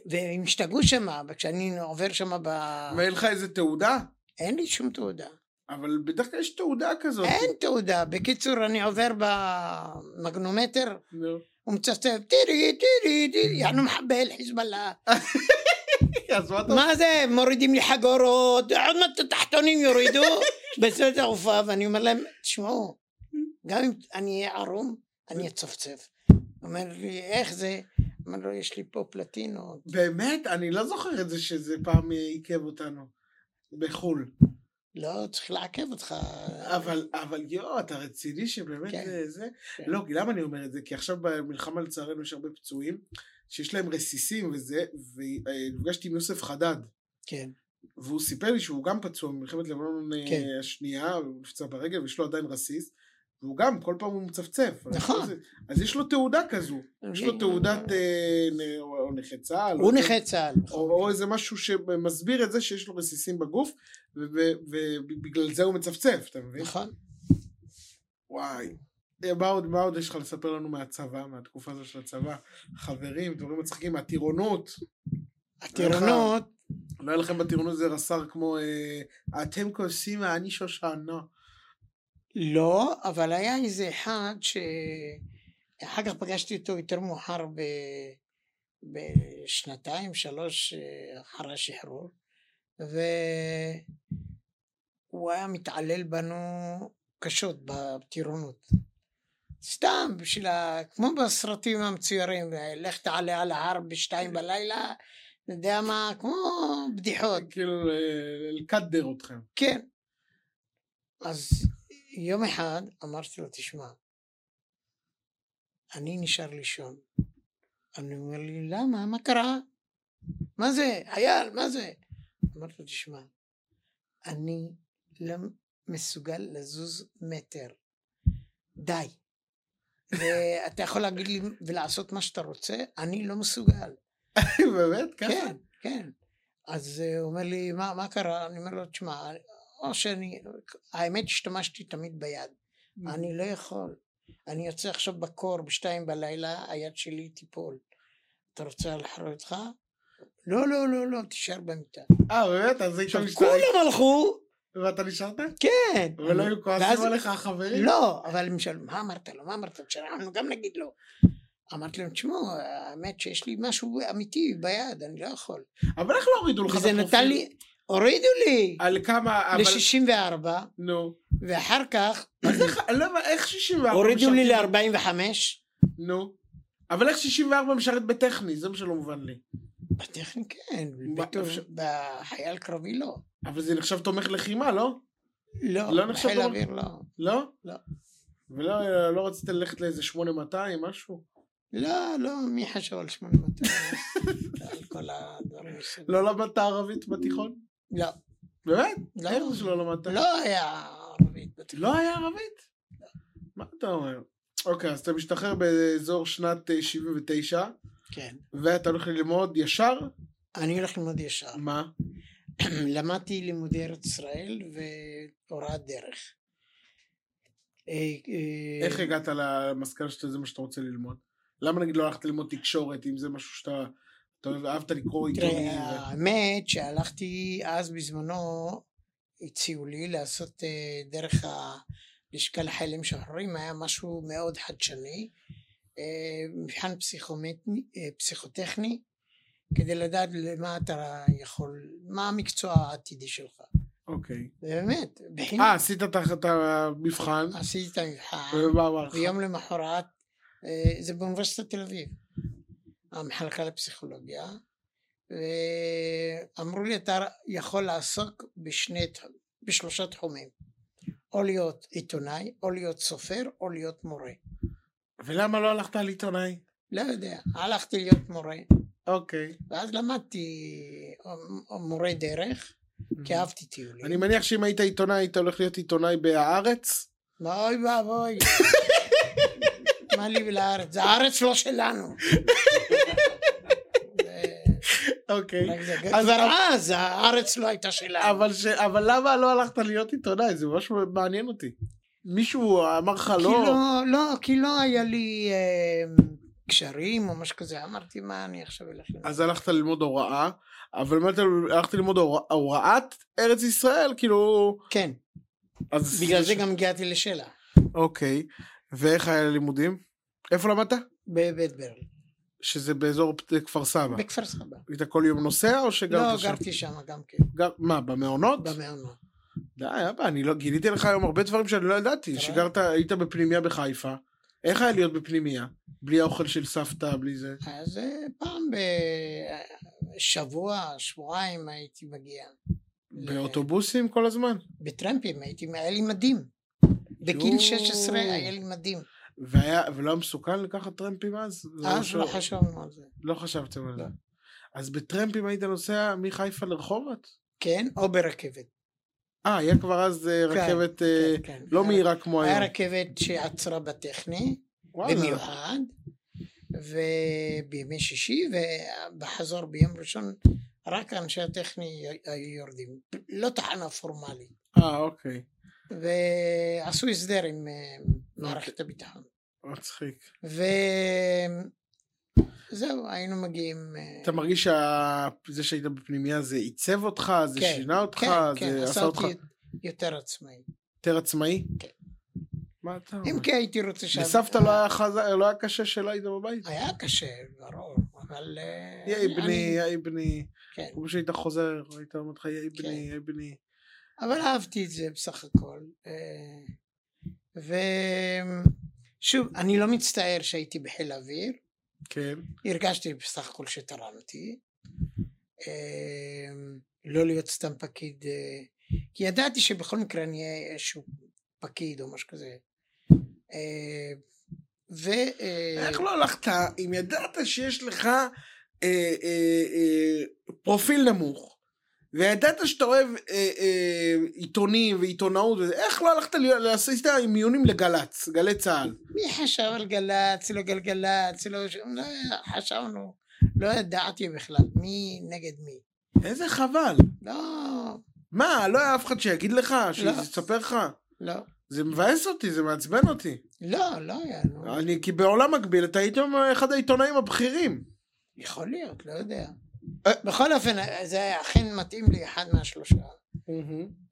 S2: והם השתגעו שם, כשאני עובר שם ב... אה.
S1: ואין לך איזה תעודה?
S2: אין לי שום תעודה.
S1: אבל בדרך כלל יש תעודה כזאת.
S2: אין תעודה. בקיצור, אני עובר במגנומטר,
S1: נו.
S2: הוא מצפצף, תראי, תראי, תראי, יענו מחבל, חיזבאללה.
S1: אז מה אתה...
S2: מה זה, מורידים לי חגורות, עוד מעט התחתונים יורידו בשדות התעופה, ואני אומר להם, תשמעו, גם אם אני אהיה ערום, אני אצפצף. אומר לי, איך זה? אומר לו, יש לי פה פלטינות.
S1: באמת? אני לא זוכר את זה שזה פעם אה, עיכב אותנו. בחו"ל.
S2: לא, צריך לעכב אותך.
S1: אבל, אבל יואו, אתה רציני שבאמת
S2: כן.
S1: אה, זה?
S2: כן.
S1: לא, כי למה אני אומר את זה? כי עכשיו במלחמה לצערנו יש הרבה פצועים, שיש להם רסיסים וזה, ונפגשתי עם יוסף חדד,
S2: כן,
S1: והוא סיפר לי שהוא גם פצוע ממלחמת לבנון אה,
S2: כן.
S1: השנייה, הוא נפצע ברגל ויש לו עדיין רסיס, והוא גם, כל פעם הוא מצפצף.
S2: נכון.
S1: אז- אז יש לו תעודה כזו, יש לו תעודת אה, נ- או או נכה צה"ל.
S2: הוא
S1: או-
S2: נכה צה"ל.
S1: או, או איזה משהו שמסביר את זה שיש לו רסיסים בגוף, ובגלל זה הוא מצפצף, אתה מבין?
S2: נכון.
S1: וואי. אה, מה עוד, מה עוד יש לך לספר לנו מהצבא, מהתקופה הזו של הצבא? חברים, דברים מצחיקים, הטירונות.
S2: הטירונות,
S1: לא היה לכם בטירונות איזה רס"ר כמו אה, אתם כועסים ואני שושנה.
S2: לא, אבל היה איזה אחד שאחר כך פגשתי אותו יותר מאוחר ב... בשנתיים, שלוש אה, אחרי השחרור, והוא היה מתעלל בנו קשות בטירונות. סתם, בשביל ה... כמו בסרטים המצוירים, אה, לך תעלה על ההר בשתיים בלילה, אתה יודע מה, כמו בדיחות.
S1: כאילו אה, לקדר אתכם.
S2: כן. אז יום אחד אמרתי לו, תשמע, אני נשאר לישון. אני אומר לי, למה? מה קרה? מה זה? חייל, מה זה? אמרתי לו, תשמע, אני לא מסוגל לזוז מטר. די. ואתה יכול להגיד לי ולעשות מה שאתה רוצה, אני לא מסוגל.
S1: באמת? ככה?
S2: כן, כן. אז אה, הוא אומר לי, מה, מה קרה? אני אומר לו, תשמע, או שאני, האמת השתמשתי תמיד ביד.
S1: Mm-hmm.
S2: אני לא יכול. אני יוצא עכשיו בקור בשתיים בלילה, היד שלי תיפול. אתה רוצה לחרור אותך? לא, לא, לא, לא, תישאר במיטה.
S1: אה, באמת? אז היית
S2: עכשיו
S1: משתעק.
S2: כולם הלכו,
S1: ואתה נשארת?
S2: כן.
S1: ולא לא היו
S2: ואז-
S1: כועסים עליך החברים?
S2: לא, אבל הם שאלו, מה אמרת לו? מה אמרת לו? שאנחנו גם נגיד לו. אמרתי להם, תשמעו, האמת שיש לי משהו אמיתי ביד, אני לא יכול.
S1: אבל איך לא הורידו לך את
S2: וזה
S1: הפרופיל?
S2: נתן לי, הורידו לי.
S1: על כמה... אבל-
S2: ל-64,
S1: נו.
S2: ואחר כך
S1: אז איך, למה, איך 64
S2: הורידו לי
S1: משרתים-
S2: ל-45.
S1: נו. אבל איך 64 משרת בטכני? זה מה שלא מובן לי.
S2: בטכני כן,
S1: מה,
S2: בתור-
S1: אפשר-
S2: בחייל קרבי לא.
S1: אבל זה נחשב תומך לחימה, לא? לא
S2: לא,
S1: נחשב
S2: בחיל
S1: דבר-
S2: האוויר לא.
S1: לא?
S2: לא.
S1: ולא לא רצית ללכת לאיזה 8200, משהו?
S2: לא, לא, מי חשב על 800? על כל הדברים האלה.
S1: לא למדת ערבית בתיכון?
S2: לא,
S1: באמת?
S2: לא.
S1: איך זה שלא למדת?
S2: לא היה ערבית בתיכון.
S1: לא היה ערבית? מה אתה אומר? אוקיי, אז אתה משתחרר באזור שנת אה, 79,
S2: כן.
S1: ואתה הולך ללמוד ישר?
S2: אני הולך ללמוד ישר.
S1: מה?
S2: למדתי לימודי ארץ ישראל והוראת דרך. אה, אה,
S1: איך הגעת למסקנה שזה מה שאתה רוצה ללמוד? למה נגיד לא הלכת ללמוד תקשורת, אם זה משהו שאתה... אתה אוהב- אהבת לקרוא עיתונים?
S2: תראה, אה,
S1: ו-
S2: האמת שהלכתי אז בזמנו, הציעו לי לעשות אה, דרך הלשכה לחיילים שחררים, היה משהו מאוד חדשני, אה, מבחן פסיכומטני- אה, פסיכוטכני, כדי לדעת למה אתה יכול, מה המקצוע העתידי שלך.
S1: אוקיי.
S2: באמת,
S1: אה,
S2: בחינם.
S1: עשית את ה- את המבחן,
S2: עשיתי את המבחן,
S1: ומה אמר לך?
S2: אה, ויום למחרת, אה, זה באוניברסיטת תל אביב, המחלקה לפסיכולוגיה, ואמרו לי אתה יכול לעסוק בשני, ת- בשלושה תחומים, או להיות עיתונאי, או להיות סופר, או להיות מורה.
S1: ולמה לא הלכת על עיתונאי?
S2: לא יודע, הלכתי להיות מורה,
S1: אוקיי.
S2: ואז למדתי אה, מורה דרך, כי אהבתי טיולים.
S1: אני מניח שאם היית עיתונאי, היית הולך להיות עיתונאי בהארץ?
S2: מה אוי ואבוי. מה לי ולארץ? זה הארץ לא שלנו.
S1: אוקיי.
S2: רק זה-
S1: אז
S2: כבר
S1: הרב-
S2: אז הארץ לא הייתה שלנו.
S1: אבל ש- אבל למה לא הלכת להיות עיתונאי? זה ממש מעניין אותי. מישהו אמר לך
S2: כי
S1: לא?
S2: לא, לא, כי לא היה לי אה, קשרים או משהו כזה. אמרתי, מה אני עכשיו אלך ללמוד?
S1: אז הלכת ללמוד הוראה, אבל מה אתה- הלכת ללמוד הורא- הוראת ארץ ישראל, כאילו...
S2: כן,
S1: אז
S2: בגלל זה גם הגעתי לשאלה.
S1: אוקיי. ואיך היה לימודים? איפה למדת?
S2: בבית ברל.
S1: שזה באזור פת- כפר סבא.
S2: בכפר סבא.
S1: היית כל יום נוסע או שגרת
S2: לא,
S1: שם?
S2: גרתי שם גם כן.
S1: גר- מה, במעונות?
S2: במעונות.
S1: די, אבא, אני לא... גיליתי לך היום הרבה דברים שאני לא ידעתי.
S2: אתה רואה?
S1: שגרת, היית בפנימיה בחיפה. איך היה להיות בפנימיה? בלי האוכל של סבתא, בלי זה.
S2: אז אה, פעם בשבוע, שבועיים הייתי מגיע. ל-
S1: באוטובוסים כל הזמן?
S2: בטרמפים הייתי, היה לי מדים. בגיל
S1: יואו.
S2: 16 היה לי מדים.
S1: והיה, ולא היה מסוכן לקחת טרמפים אז? זה
S2: אז
S1: משהו-
S2: לא חשבנו על זה.
S1: לא חשבתם על זה.
S2: לא.
S1: אז בטרמפים היית נוסע מחיפה לרחובות?
S2: כן, או ברכבת.
S1: אה, היה כבר אז אה,
S2: כן,
S1: רכבת אה,
S2: כן, כן.
S1: לא מהירה כמו
S2: היה
S1: היום.
S2: רכבת שעצרה בטכני,
S1: וואלה.
S2: במיוחד, ובימי שישי, ובחזור ביום ראשון, רק אנשי הטכני היו יורדים. לא תחנה פורמלית.
S1: אה, אוקיי.
S2: ועשו הסדר עם אה, מערכת הביטחון.
S1: מצחיק.
S2: וזהו, היינו מגיעים... אה,
S1: אתה מרגיש שזה שהיית בפנימייה זה עיצב אותך, זה
S2: כן,
S1: שינה אותך,
S2: כן, כן,
S1: זה עשה
S2: עשה
S1: אותך אה.
S2: אותי יותר עצמאי.
S1: יותר עצמאי?
S2: כן.
S1: מה אתה אומר?
S2: אם כן, כי הייתי רוצה ש...
S1: לסבתא לא היה חז- לא היה קשה שלא היית בבית?
S2: היה קשה, ברור, אבל... אה,
S1: יאי
S2: אני-
S1: בני, יאי בני.
S2: כן,
S1: כמו שהיית חוזר, היית אומר לך יאי
S2: כן.
S1: בני, יאי בני.
S2: אבל אהבתי את זה בסך הכל. אה, ושוב, אני לא מצטער שהייתי בחיל האוויר,
S1: כן.
S2: הרגשתי בסך הכל שתרמתי. אה, לא להיות סתם פקיד, אה, כי ידעתי שבכל מקרה אני אהיה איזשהו פקיד או משהו כזה. אה, ו... אה,
S1: איך לא הלכת אם ידעת שיש לך אה, אה, אה, פרופיל נמוך, וידעת שאתה אוהב אה, אה, עיתונים ועיתונאות, וזה, איך לא הלכת ל- לעשות עם מיונים לגל"צ, גלי צה"ל?
S2: מי חשב על גל"צ, לא גלגלצ, לא... לא חשבנו, לא ידעתי בכלל מי נגד מי.
S1: איזה חבל.
S2: לא,
S1: מה, לא היה אף אחד שיגיד לך,
S2: לא.
S1: שיספר לך?
S2: לא,
S1: זה מבאס אותי, זה מעצבן אותי.
S2: לא, לא היה, נו.
S1: אה, אני, כי בעולם מקביל אתה היית אחד העיתונאים הבכירים.
S2: יכול להיות, לא יודע.
S1: אה.
S2: בכל אופן, זה אכן מתאים לי אחד מהשלושה.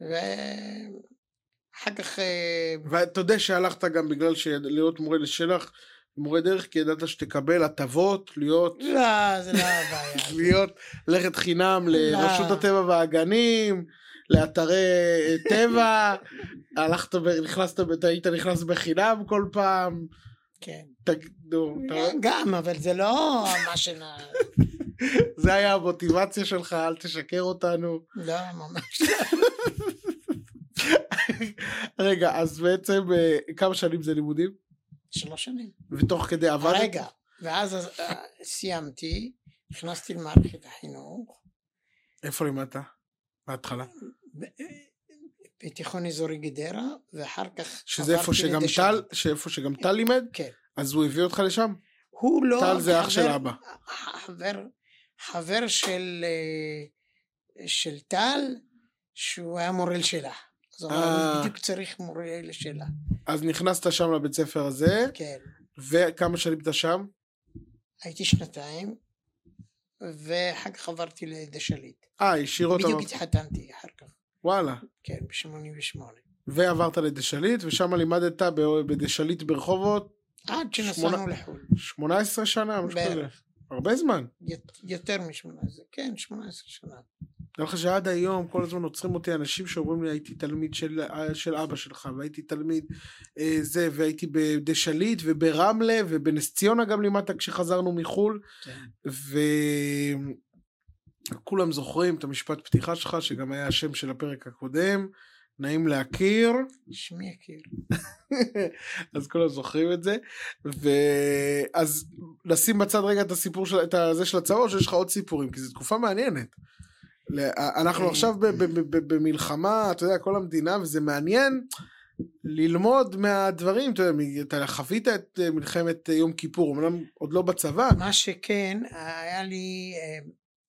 S2: ואחר כך, אה,
S1: ואתה יודע שהלכת גם בגלל שיד- להיות מורה לשלח, מורה דרך, כי ידעת שתקבל הטבות, להיות...
S2: לא, זה לא הבעיה.
S1: להיות, ללכת חינם לרשות
S2: לא.
S1: הטבע והגנים, לאתרי אה, טבע, הלכת, ב- נכנסת, ב- אתה היית נכנס בחינם כל פעם,
S2: כן.
S1: תגידו,
S2: גם, אבל זה לא מה שנ...
S1: זה היה המוטיבציה שלך, אל תשקר אותנו.
S2: לא, ממש לא.
S1: רגע, אז בעצם אה, כמה שנים זה לימודים?
S2: שלוש שנים.
S1: ותוך כדי עבדת?
S2: רגע. ואז אה, סיימתי, נכנסתי למערכת החינוך,
S1: איפה לימדת? מההתחלה.
S2: ב- אה, בתיכון אזורי גדרה, ואחר כך
S1: שזה איפה
S2: עברתי
S1: שגם
S2: לידי
S1: טל,
S2: שרון.
S1: שאיפה שגם טל לימד?
S2: כן.
S1: אז הוא הביא אותך לשם?
S2: הוא לא...
S1: טל זה אח של
S2: חבר-
S1: אבא.
S2: חבר, חבר של, אה, של טל, שהוא היה מורה לשאלה. אז הוא אמר,
S1: אה.
S2: אני בדיוק צריך מורה לשאלה.
S1: אז נכנסת שם לבית ספר הזה,
S2: כן.
S1: וכמה שנים אתה שם?
S2: הייתי שנתיים, ואחר כך עברתי לדשליט.
S1: אה, השאיר אותנו.
S2: בדיוק התחתנתי אחר כך,
S1: וואלה.
S2: כן, ב-88.
S1: ועברת לדשליט, ושם לימדת ב- בדשליט ברחובות
S2: עד
S1: שמונה-
S2: שנסענו לחו"ל.
S1: 18 שנה, משהו כזה.
S2: בערך.
S1: הרבה זמן.
S2: ית- יותר מ-18, כן, 18 שנה.
S1: נראה לך שעד היום כל הזמן עוצרים אותי אנשים שאומרים לי הייתי תלמיד של, של אבא שלך והייתי תלמיד אה, זה והייתי בדשליט וברמלה ובנס ציונה גם לימדת כשחזרנו מחו"ל
S2: כן.
S1: וכולם זוכרים את המשפט פתיחה שלך שגם היה השם של הפרק הקודם נעים להכיר
S2: שמי הכיר.
S1: אז כולם זוכרים את זה. ואז נשים בצד רגע את הסיפור של, את הזה של הצבא, או שיש לך עוד סיפורים, כי זו תקופה מעניינת. ל-
S2: אה.
S1: אנחנו עכשיו ב- ב- ב- ב- במלחמה, אתה יודע, כל המדינה, וזה מעניין ללמוד מהדברים, אתה יודע, מ- אתה חווית את אה, מלחמת אה, יום כיפור, אמנם עוד לא בצבא,
S2: מה שכן, היה לי אה,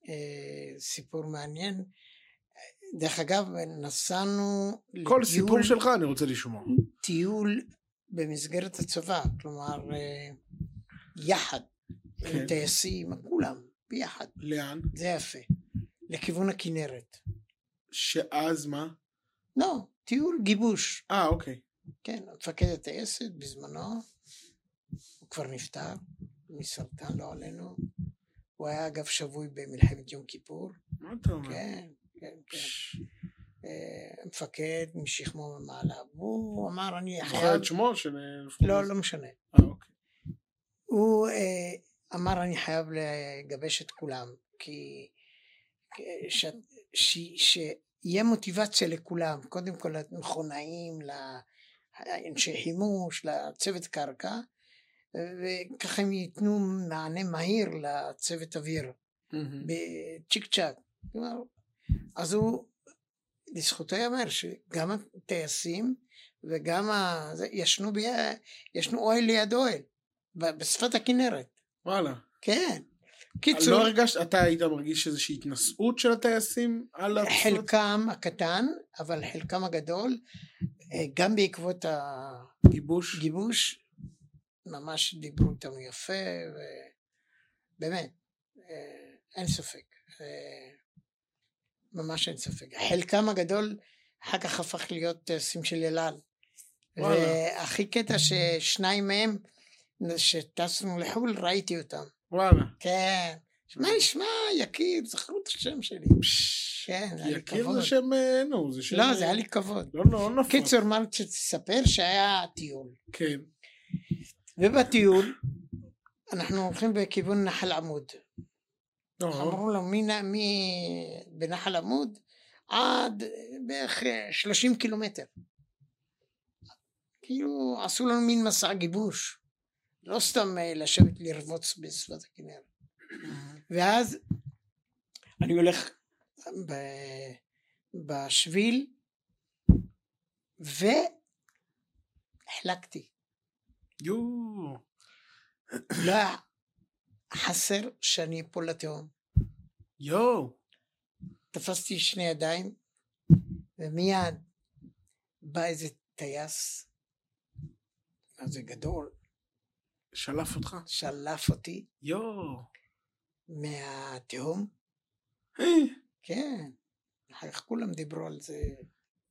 S2: אה, סיפור מעניין. דרך אגב, נסענו
S1: כל סיפור שלך אני רוצה לשמוע.
S2: טיול במסגרת הצבא, כלומר, אה, יחד,
S1: כן.
S2: עם טייסים, כולם, ביחד,
S1: לאן?
S2: זה יפה, לכיוון הכנרת.
S1: שאז מה?
S2: לא, טיול גיבוש,
S1: אה, אוקיי.
S2: כן, מפקד הטייסת בזמנו, הוא כבר נפטר מסרטן, לא עלינו, הוא היה אגב שבוי במלחמת יום כיפור,
S1: מה אתה אומר?
S2: כן, כן, כן.
S1: ש-
S2: אה, מפקד משכמו ומעלה, הוא אמר אני
S1: זוכר
S2: חייב,
S1: את שמו של...
S2: לא, לא משנה,
S1: אה, אוקיי.
S2: הוא אה, אמר אני חייב לגבש את כולם כי ש, ש, שיהיה מוטיבציה לכולם קודם כל למכונאים לאנשי חימוש לצוות קרקע וככה הם ייתנו מענה מהיר לצוות אוויר
S1: מהמם.
S2: בצ'יק צ'אק כלומר, אז הוא לזכותו ייאמר שגם הטייסים וגם ה... זה, ישנו, ב... ישנו אוהל ליד אוהל ב- בשפת הכנרת
S1: וואלה.
S2: כן.
S1: לא
S2: קיצור,
S1: הרגשת, אתה היית מרגיש איזושהי התנשאות של הטייסים על הצוות?
S2: חלקם הקטן, אבל חלקם הגדול, אה, גם בעקבות
S1: גיבוש?
S2: הגיבוש, ממש דיברו איתנו יפה, ובאמת, אה, אין ספק. אה, ממש אין ספק. חלקם הגדול אחר כך הפך להיות טייסים של אל על.
S1: וואלה.
S2: והכי קטע ששניים מהם, שטסנו לחו"ל, ראיתי אותם.
S1: וואלה.
S2: כן. שמע, שמע, יקיר, זכרו את השם שלי. כן, היה לי
S1: יקיר
S2: כבוד.
S1: זה שם, אה, נו, זה שם...
S2: לא, זה היה לי כבוד.
S1: לא, לא, לא נפוץ.
S2: קיצור, מה אני רוצה לספר? שהיה טיול.
S1: כן.
S2: ובטיול, אנחנו הולכים בכיוון נחל עמוד.
S1: אה,
S2: אמרו לו, מי, נ- מי בנחל עמוד? עד בערך אה, 30 קילומטר. כאילו, עשו לנו מין מסע גיבוש. לא סתם אה, לשבת לרבוץ בשפת הכנרת. ואז אני הולך ב... בשביל והחלקתי.
S1: יואו.
S2: לא היה חסר שאני אפול לתהום.
S1: יואו.
S2: תפסתי שני ידיים ומיד בא איזה טייס, מה זה גדול,
S1: שלף אותך.
S2: שלף אותי
S1: יואו.
S2: מהתהום. כן, אחר כך כולם דיברו על זה.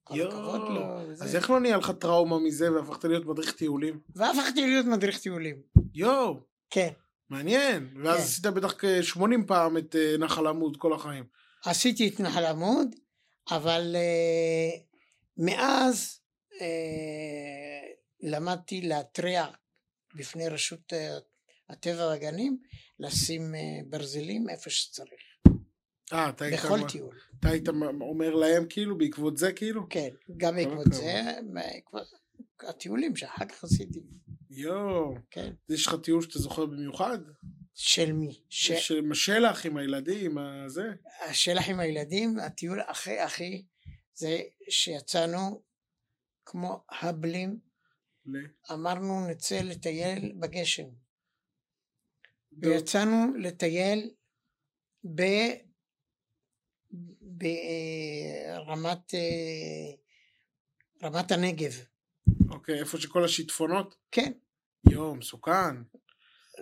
S2: כל
S1: יואו.
S2: הכבוד לו. וזה.
S1: אז איך לא נהיה לך טראומה מזה והפכת להיות מדריך טיולים?
S2: והפכתי להיות מדריך טיולים.
S1: יואו.
S2: כן.
S1: מעניין. ואז
S2: כן.
S1: עשית בטח כ-80 פעם את אה, נחל עמוד כל החיים.
S2: עשיתי את נחל עמוד, אבל אה, מאז אה, למדתי להתריע בפני רשות אה, הטבע והגנים, לשים אה, ברזלים איפה שצריך,
S1: אה, אתה היית...
S2: בכל
S1: מה-
S2: טיול.
S1: אתה היית מ- אומר להם כאילו בעקבות זה כאילו?
S2: כן, גם בעקבות זה, בעקבות הטיולים שאחר כך עשיתי,
S1: יואו.
S2: כן.
S1: יש לך טיול שאתה זוכר במיוחד?
S2: של מי? ש...
S1: ש... עם השלח, עם הילדים, ה- זה.
S2: השלח עם הילדים, הטיול הכי הכי זה שיצאנו כמו הבלים,
S1: ל-
S2: אה, אמרנו נצא לטייל בגשם.
S1: דו-
S2: ויצאנו לטייל ב... ברמת אה, רמת הנגב.
S1: אוקיי, איפה שכל השיטפונות?
S2: כן,
S1: יואו, מסוכן.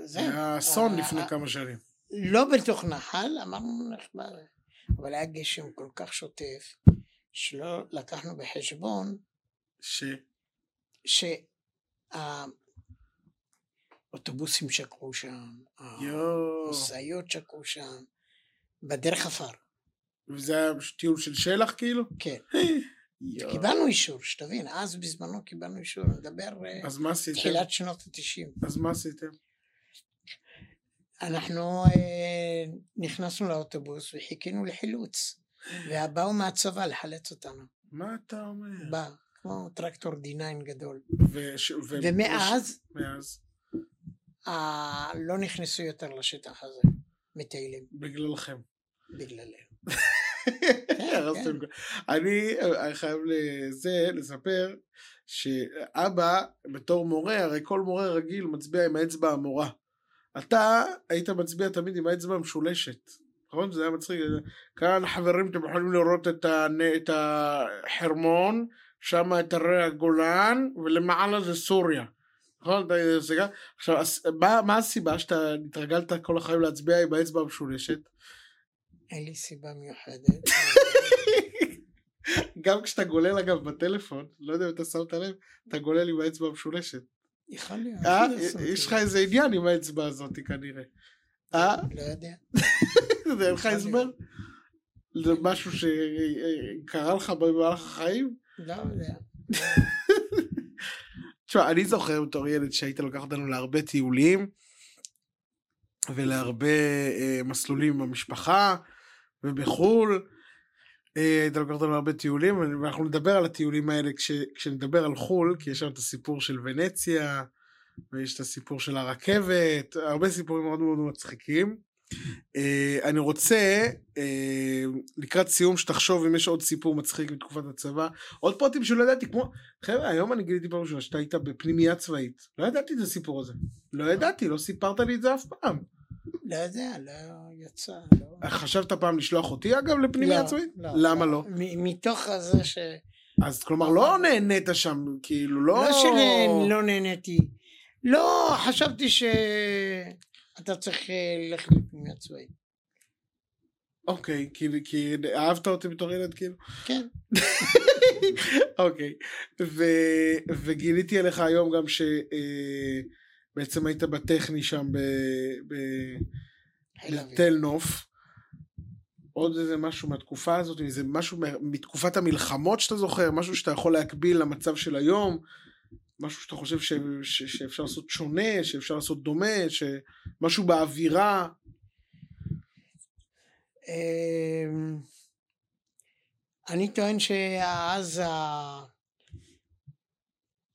S1: זה
S2: זהו.
S1: היה אסון
S2: אה,
S1: לפני
S2: אה,
S1: כמה שנים.
S2: לא בתוך נחל, אמרנו נחמד, אבל היה גשם כל כך שוטף, שלא לקחנו בחשבון
S1: ש...
S2: שהאוטובוסים שקעו שם,
S1: יואו.
S2: המשאיות שקעו שם, בדרך עפר,
S1: וזה היה טיול של שלח כאילו?
S2: כן.
S1: יואו.
S2: קיבלנו אישור, שתבין, אז בזמנו קיבלנו אישור, אני מדבר אה,
S1: אז מה עשיתם?
S2: תחילת שנות התשעים.
S1: אז מה עשיתם?
S2: אנחנו אה, נכנסנו לאוטובוס וחיכינו לחילוץ, ובאו מהצבא לחלץ אותנו,
S1: מה אתה אומר?
S2: בא, כמו טרקטור D9 גדול.
S1: וש- ו-
S2: ומאז
S1: מאז.
S2: אה, לא נכנסו יותר לשטח הזה, מטיילים,
S1: בגללכם.
S2: בגללנו.
S1: הרסתם- אני אה, חייב לזה, לספר שאבא בתור מורה, הרי כל מורה רגיל מצביע עם האצבע המורה. אתה היית מצביע תמיד עם האצבע המשולשת. נכון? זה היה מצחיק. כאן חברים אתם יכולים לראות את הנ- את החרמון, שם את הרי הגולן, ולמעלה זה סוריה. נכון? אתה יודע, זה גם- עכשיו, הס- מה- מה הסיבה שאתה התרגלת כל החיים להצביע עם האצבע המשולשת?
S2: אין לי סיבה מיוחדת.
S1: גם כשאתה גולל אגב בטלפון, לא יודע אם אתה שמת לב, אתה גולל עם האצבע המשולשת.
S2: יכול להיות.
S1: אה?
S2: לא שמתי
S1: יש לך
S2: לב.
S1: איזה עניין עם האצבע הזאת כנראה. אה?
S2: לא יודע.
S1: זה אין לך
S2: יכול
S1: הסבר?
S2: להיות.
S1: זה משהו שקרה לך במהלך החיים?
S2: לא יודע.
S1: תשמע, אני זוכר בתור ילד שהיית לוקח אותנו להרבה טיולים ולהרבה אה, מסלולים עם המשפחה ובחו"ל. אה, היית לוקח אותנו להרבה טיולים, ואנחנו נדבר על הטיולים האלה כש, כשנדבר על חו"ל, כי יש שם את הסיפור של ונציה, ויש את הסיפור של הרכבת, הרבה סיפורים מאוד מאוד מצחיקים. אה, אני רוצה, אה, לקראת סיום, שתחשוב אם יש עוד סיפור מצחיק מתקופת הצבא, עוד פרטים שלא ידעתי, כמו חבר'ה, היום אני גיליתי פעם ראשונה שאתה היית בפנימייה צבאית. לא ידעתי את הסיפור הזה. לא ידעתי, לא סיפרת לי את זה אף פעם.
S2: לא יודע, לא יצא. לא.
S1: חשבת פעם לשלוח אותי אגב לפנימייה
S2: לא,
S1: צבאית? למה לא?
S2: מ- מתוך זה ש...
S1: אז כלומר לא נהנית שם, כאילו לא...
S2: לא שלא נהניתי. לא, חשבתי שאתה צריך אה, ללכת לפנימיה צבאית.
S1: אוקיי, כי- כי אהבת אותי בתור ילד כאילו?
S2: כן.
S1: אוקיי. ו- וגיליתי עליך היום גם שבעצם היית בטכני שם ב- ב-
S2: חיל אוויר.
S1: לתל נוף. עוד איזה משהו מהתקופה הזאת, איזה משהו מה- מתקופת המלחמות שאתה זוכר, משהו שאתה יכול להקביל למצב של היום, משהו שאתה חושב ש, ש, שאפשר לעשות שונה, שאפשר לעשות דומה, ש, משהו באווירה.
S2: אמ, אני טוען שאז ה-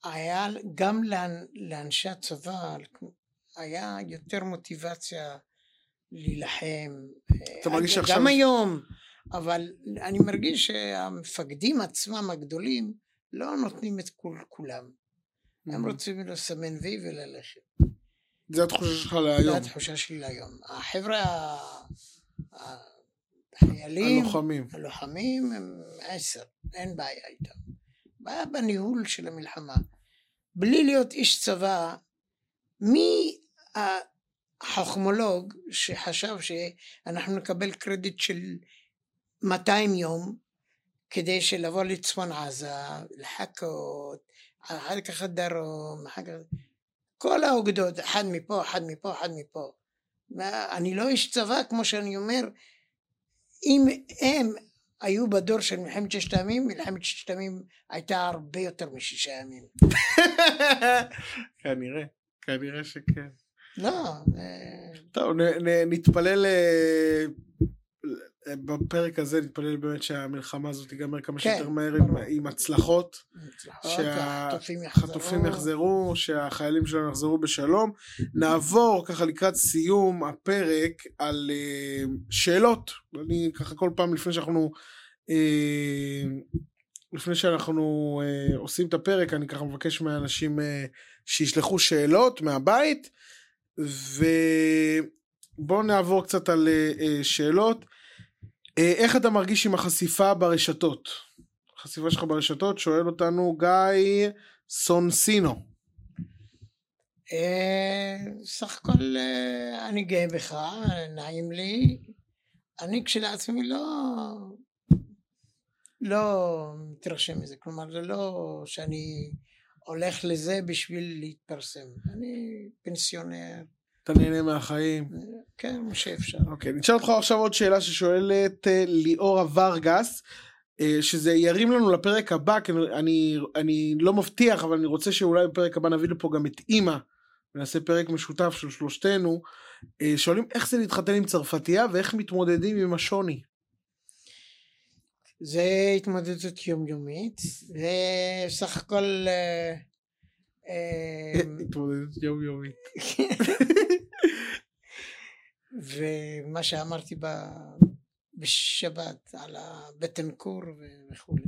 S2: היה גם לאנ- לאנשי הצבא היה יותר מוטיבציה להילחם. אה,
S1: אתה מרגיש
S2: גם
S1: שעכשיו-
S2: היום, אבל אני מרגיש שהמפקדים עצמם הגדולים לא נותנים את כול, כולם.
S1: לא
S2: הם רוצים לסמן וי וללכת.
S1: זה התחושה שלך
S2: זו
S1: להיום,
S2: התחושה שלי להיום. החבר'ה, ה- החיילים,
S1: הלוחמים.
S2: הלוחמים הם עשר, אין בעיה איתם. בעיה בניהול של המלחמה. בלי להיות איש צבא, מי החוכמולוג שחשב שאנחנו נקבל קרדיט של 200 יום כדי שלבוא לצפון עזה, לחכות, אחר כך הדרום, אחר כך... כל האוגדות, אחד מפה, אחד מפה, אחד מפה. מה- אני לא איש צבא, כמו שאני אומר, אם הם היו בדור של מלחמת ששת הימים, מלחמת ששת הימים הייתה הרבה יותר משישה ימים.
S1: כנראה, כנראה שכן.
S2: לא, אה,
S1: טוב, נ- נ- נתפלל, אה, אה, בפרק הזה נתפלל באמת שהמלחמה הזאת תיגמר כמה
S2: כן,
S1: שיותר מהר עם-
S2: ברור.
S1: עם הצלחות.
S2: הצלחות,
S1: שה-
S2: החטופים יחזרו.
S1: החטופים יחזרו, שהחיילים שלנו יחזרו בשלום. נעבור ככה לקראת סיום הפרק על אה, שאלות. אני ככה כל פעם לפני שאנחנו... אה, לפני שאנחנו אה, עושים את הפרק, אני ככה מבקש מהאנשים אה, שישלחו שאלות מהבית, ובואו נעבור קצת על אה, אה, שאלות. אה, איך אתה מרגיש עם החשיפה ברשתות? החשיפה שלך ברשתות, שואל אותנו גיא סונסינו.
S2: אה, סך הכל אה, אני גאה בך, נעים לי. אני כשלעצמי לא... לא מתרשם מזה, כלומר זה לא שאני הולך לזה בשביל להתפרסם. אני פנסיונר,
S1: אתה נהנה מהחיים.
S2: אה, כן, מה שאפשר.
S1: אוקיי, נשאל אותך עכשיו עוד שאלה ששואלת אה, ליאורה ורגס, אה, שזה ירים לנו לפרק הבא, כי אני- אני, אני לא מבטיח, אבל אני רוצה שאולי בפרק הבא נביא לפה גם את אימא, ונעשה פרק משותף של שלושתנו. אה, שואלים איך זה להתחתן עם צרפתייה ואיך מתמודדים עם השוני.
S2: זה התמודדות יומיומית, וסך הכל... אה, אה,
S1: התמודדות יומיומית.
S2: ומה שאמרתי ב... בשבת על הבטנקור ו- וכולי.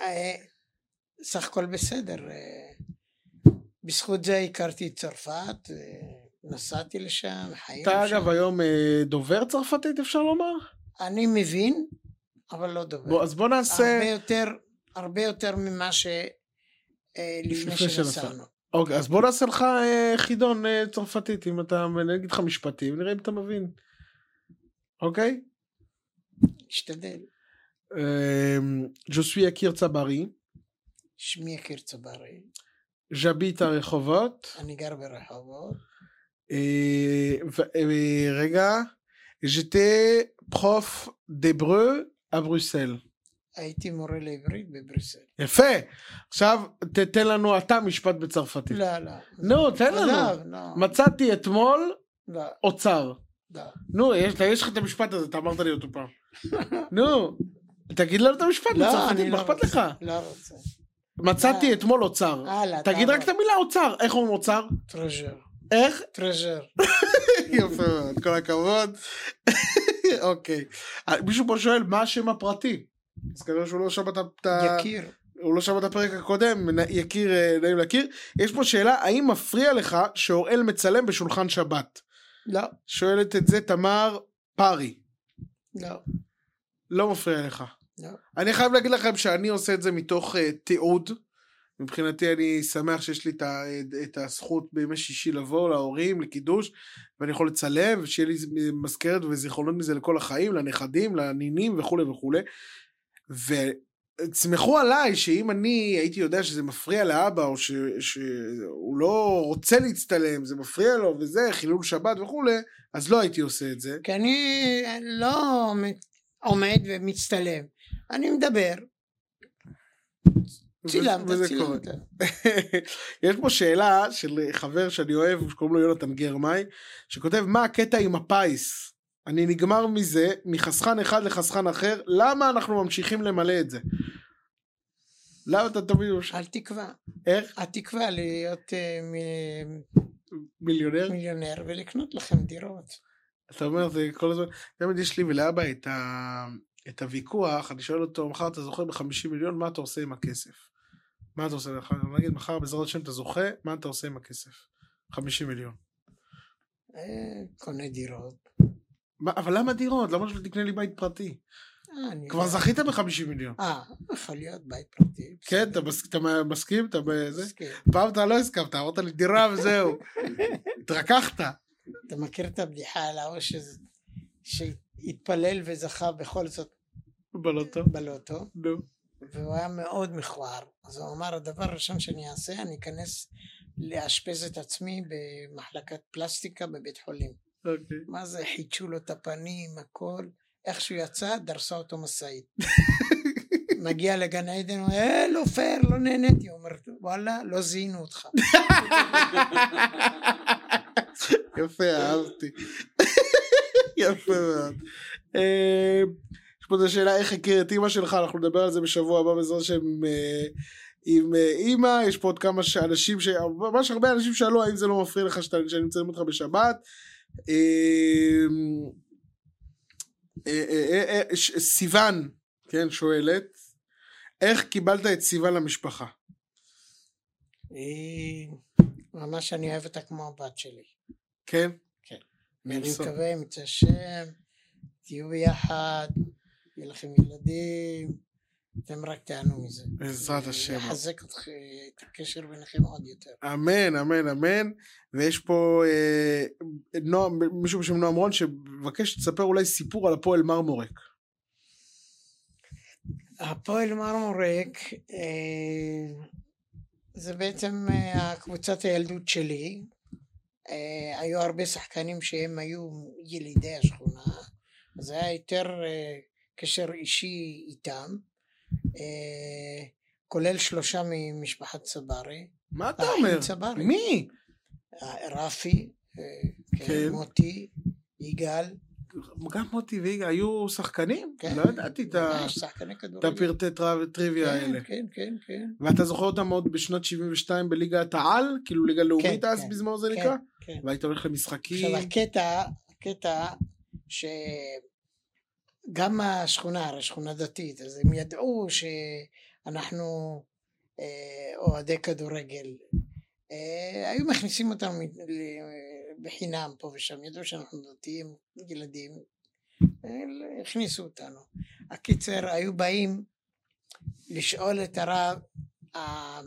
S2: אה, סך הכל בסדר. אה, בזכות זה הכרתי את צרפת, אה, נסעתי לשם, חיינו
S1: אתה
S2: שם.
S1: אגב היום אה, דובר צרפתית אפשר לומר?
S2: אני מבין, אבל לא דובר.
S1: בוא, אז בוא נעשה...
S2: הרבה יותר, הרבה יותר ממה ש... אה, לפני
S1: לפני שנסע.
S2: שנסענו.
S1: אוקיי, אז בוא נעשה לך אה, חידון אה, צרפתית, אם אתה, אני אגיד לך משפטים, נראה אם אתה מבין. אוקיי?
S2: אשתדל.
S1: Euh, je suis Akir Tsabari,
S2: שמי יקיר צברי,
S1: j'habite à Rehovot, אה,
S2: אני גר ברחובות,
S1: et, et regarde, אה, j'étais prof d'hébreu à Bruxelles.
S2: הייתי מורה לעברית בבריסל.
S1: יפה, עכשיו תתן לנו אתה משפט בצרפתית.
S2: לא, לא.
S1: נו, תן לנו.
S2: עזוב, לא,
S1: מצאתי אתמול
S2: לא,
S1: אוצר.
S2: לא.
S1: נו, יש יש לך את המשפט הזה, אתה אמרת לי אותו פעם. נו, תגיד לנו את המשפט
S2: לא,
S1: בצרפתית,
S2: אני
S1: מה
S2: לא
S1: אכפת לך?
S2: רוצה, לא רוצה.
S1: מצאתי
S2: אה.
S1: אתמול אוצר.
S2: הלאה,
S1: תגיד רק את המילה אוצר, איך אומרים אוצר?
S2: טרז'ר.
S1: איך?
S2: טרז'ר.
S1: יפה מאוד, כל הכבוד. אוקיי. מישהו פה שואל, מה השם הפרטי? אז כנראה שהוא לא שמע את ה- את ה...
S2: יקיר.
S1: הוא לא שמע את הפרק הקודם, נ- יקיר, אה, נעים להכיר. יש פה שאלה, האם מפריע לך שאוראל מצלם בשולחן שבת?
S2: לא,
S1: שואלת את זה תמר פרי.
S2: לא.
S1: לא מפריע לך.
S2: לא.
S1: אני חייב להגיד לכם שאני עושה את זה מתוך uh, תיעוד. מבחינתי אני שמח שיש לי את, ה, את הזכות בימי שישי לבוא להורים, לקידוש, ואני יכול לצלם, ושיהיה לי מזכרת וזיכרונות מזה לכל החיים, לנכדים, לנינים וכולי וכולי. ותסמכו עליי שאם אני הייתי יודע שזה מפריע לאבא, או ש, שהוא לא רוצה להצטלם, זה מפריע לו וזה, חילול שבת וכולי, אז לא הייתי עושה את זה.
S2: כי אני לא עומד- עומד ומצטלם. אני מדבר. צילמת,
S1: וזה קורה.
S2: צילמת.
S1: יש פה שאלה של חבר שאני אוהב, שקוראים לו יונתן גרמאי, שכותב, מה הקטע עם הפיס? אני נגמר מזה, מחסכן אחד לחסכן אחר, למה אנחנו ממשיכים למלא את זה? למה אתה תמיד ממשיך?
S2: על תקווה.
S1: איך?
S2: התקווה להיות אה, מ-
S1: מיליונר?
S2: מיליונר ולקנות לכם דירות.
S1: אתה אומר, זה כל הזמן... תמיד יש לי ולאבא את, ה... את הוויכוח, אני שואל אותו, מחר אתה זוכה ב-50 מיליון, מה אתה עושה עם הכסף? מה אתה עושה? מחר?" אני אגיד, מחר בעזרת השם אתה זוכה, מה אתה עושה עם הכסף? 50 מיליון.
S2: אה, קונה דירות.
S1: מה, אבל למה דירות? למה שלא תקנה לי בית פרטי?
S2: אה, אני
S1: כבר
S2: יודע.
S1: זכית ב-50 מיליון.
S2: אה, יכול להיות בית פרטי. כן,
S1: כן, אתה מס- אתה מסכים? אתה בזה?
S2: מסכים.
S1: פעם אתה לא הסכמת, אמרת לי דירה וזהו. התרככת.
S2: אתה מכיר את הבדיחה על האוש הזה שהתפלל וזכה בכל זאת
S1: בלוטו.
S2: בלוטו,
S1: נו.
S2: והוא היה מאוד מכוער. אז הוא אמר, הדבר הראשון שאני אעשה, אני אכנס לאשפז את עצמי במחלקת פלסטיקה בבית חולים.
S1: אוקיי.
S2: מה זה, חידשו לו את הפנים, הכל. איך שהוא יצא, דרסה אותו משאית. מגיע לגן עדן, הוא אומר, אה, לא פייר, לא נהניתי. הוא אומר, וואלה, לא זיהינו אותך.
S1: יפה, אהבתי. יפה מאוד. אה, יש פה את השאלה איך הכיר את אימא שלך, אנחנו נדבר על זה בשבוע הבא בעזרת השם עם, אה, עם אה, אימא, יש פה עוד כמה ש- אנשים, ש- ממש הרבה אנשים שאלו האם זה לא מפריע לך שאתה- שאני מצלם אותך בשבת. אה, אה, אה, אה, אה, ש- סיוון, כן, שואלת, איך קיבלת את סיוון למשפחה?
S2: היא, אה, ממש אני אוהב אותה כמו הבת שלי.
S1: כן?
S2: כן. ואני
S1: נמסור.
S2: מקווה, אם יצא השם, תהיו ביחד, יהיה לכם ילדים, אתם רק תענו מזה.
S1: בעזרת השם.
S2: יחזק אתכם, את הקשר ביניכם עוד יותר.
S1: אמן, אמן, אמן. ויש פה אה, נועם, מישהו בשם נועם רון שמבקש שתספר אולי סיפור על הפועל מרמורק.
S2: הפועל מרמורק אה, זה בעצם אה, קבוצת הילדות שלי. אה, היו הרבה שחקנים שהם היו ילידי השכונה, אז היה יותר אה, קשר אישי איתם, אה, כולל שלושה ממשפחת צברי.
S1: מה אתה
S2: האחים
S1: אומר?
S2: צברי.
S1: מי?
S2: רפי, אה,
S1: כן.
S2: כן, מוטי, יגאל,
S1: גם מוטי ויגה היו שחקנים?
S2: כן.
S1: לא ידעתי את ה-
S2: ממש שחקני
S1: את
S2: כדורגל.
S1: הפרטי טרא- טריוויה האלה.
S2: לא, כן, כן, כן, כן,
S1: ואתה זוכר אותם עוד בשנת 72 בליגת העל? כאילו ליגה לאומית
S2: כן,
S1: אז
S2: כן,
S1: בזמנו זה
S2: כן,
S1: נקרא?
S2: כן.
S1: והיית הולך למשחקים?
S2: עכשיו הקטע, הקטע שגם השכונה, הרי שכונה דתית, אז הם ידעו שאנחנו אה, אוהדי כדורגל. אה, היו מכניסים אותנו מ- ל- בחינם פה ושם, ידעו שאנחנו דתיים, ילדים, אה, הכניסו אותנו. הקיצר, היו באים לשאול את הרב, אה,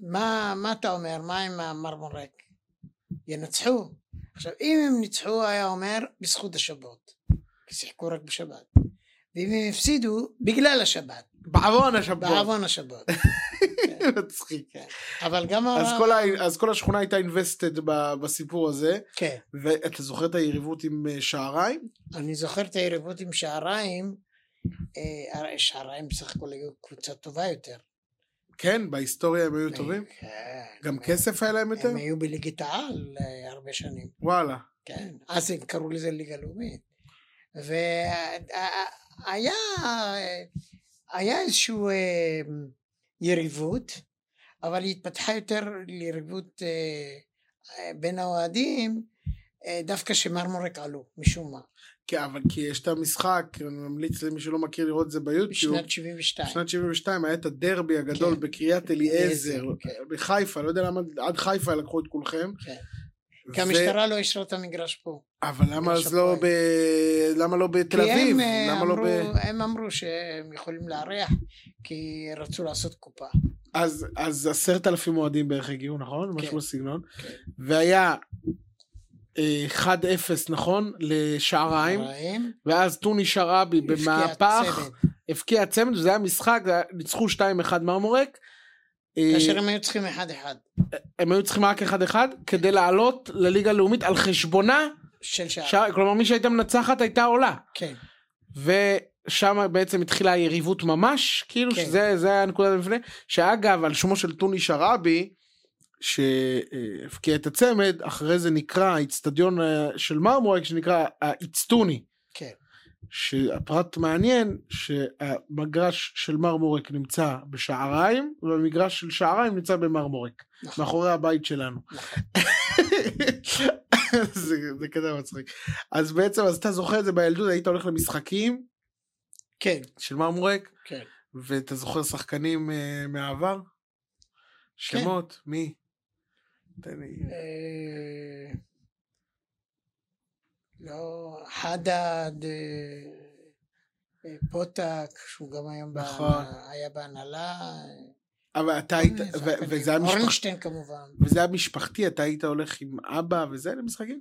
S2: מה, מה אתה אומר, מה עם המרמורק? ינצחו. עכשיו אם הם ניצחו היה אומר בזכות השבת, כי שיחקו רק בשבת. ואם הם הפסידו, בגלל השבת,
S1: בעוון השבת.
S2: בעוון השבת.
S1: מצחיק.
S2: אבל גם...
S1: אז
S2: ה-
S1: כל ה- אז כל השכונה הייתה invested ב- בסיפור הזה,
S2: כן.
S1: ואתה זוכר את היריבות עם אה, שעריים?
S2: אני זוכר את היריבות עם שעריים, אה, הרי שעריים בסך הכל היו קבוצה טובה יותר.
S1: כן, בהיסטוריה הם
S2: אוקיי.
S1: היו טובים.
S2: כן.
S1: גם כסף היה להם יותר?
S2: הם היו בליגת העל אה, הרבה שנים.
S1: וואלה.
S2: כן, אז הם קראו לזה ליגה לאומית. אה, והיה היה איזשהו אה, יריבות, אבל היא התפתחה יותר ליריבות אה, אה, בין האוהדים, אה, דווקא שמרמורק עלו, משום מה,
S1: כן, אבל כי יש את המשחק, אני ממליץ למי שלא מכיר לראות את זה ביוטיוב.
S2: בשנת 72.
S1: בשנת 72 היה את הדרבי הגדול
S2: כן.
S1: בקריית אליעזר,
S2: כן.
S1: בחיפה, לא יודע למה עד חיפה לקחו את כולכם.
S2: כן.
S1: ו-
S2: כי המשטרה לא אישרה את המגרש פה.
S1: אבל למה אז לא
S2: הפועל.
S1: ב... למה לא בתל
S2: כי הם,
S1: אביב?
S2: אה,
S1: למה לא ב...
S2: אמרו- הם אמרו שהם יכולים לארח, כי רצו לעשות קופה.
S1: אז, אז עשרת אלפים אוהדים בערך הגיעו, נכון?
S2: כן.
S1: משהו בסגנון.
S2: כן.
S1: והיה אה, 1-0, נכון? לשעריים.
S2: הרעים,
S1: ואז טוני שרעבי
S2: הפקיע
S1: במהפך,
S2: צמד.
S1: הבקיע צמד, וזה היה משחק, זה היה- ניצחו 2-1 מרמורק. אה,
S2: כאשר הם היו צריכים אחד אחד
S1: הם היו צריכים רק 1-1 כדי לעלות לליגה הלאומית על חשבונה,
S2: של שער.
S1: שע- כלומר מי שהייתה מנצחת הייתה עולה.
S2: כן,
S1: ושם בעצם התחילה היריבות ממש, כאילו
S2: כן.
S1: שזה זה היה הנקודה לפני, שאגב על שמו של טוני שרעבי, שהבקיע אה, את הצמד, אחרי זה נקרא האיצטדיון אה, של מרמורק שנקרא אה, האיצטוני.
S2: כן.
S1: שהפרט מעניין שהמגרש של מרמורק נמצא בשעריים והמגרש של שעריים נמצא במרמורק
S2: נכון.
S1: מאחורי הבית שלנו. זה, זה קטע מצחיק. אז בעצם אז אתה זוכר את זה בילדות היית הולך למשחקים
S2: כן,
S1: של מרמורק
S2: כן.
S1: ואתה זוכר שחקנים uh, מהעבר? שמות? מי? תן לי.
S2: אוקיי. אה, לא, חדד, אה, אה, פוטק, שהוא גם היום בה-
S1: נכון.
S2: היה בהנהלה,
S1: אבל אתה היית,
S2: כל מיני
S1: ו-
S2: שחקנים.
S1: וזה היה משפח-
S2: אורנשטיין כמובן.
S1: וזה היה משפחתי, אתה היית הולך עם אבא וזה למשחקים?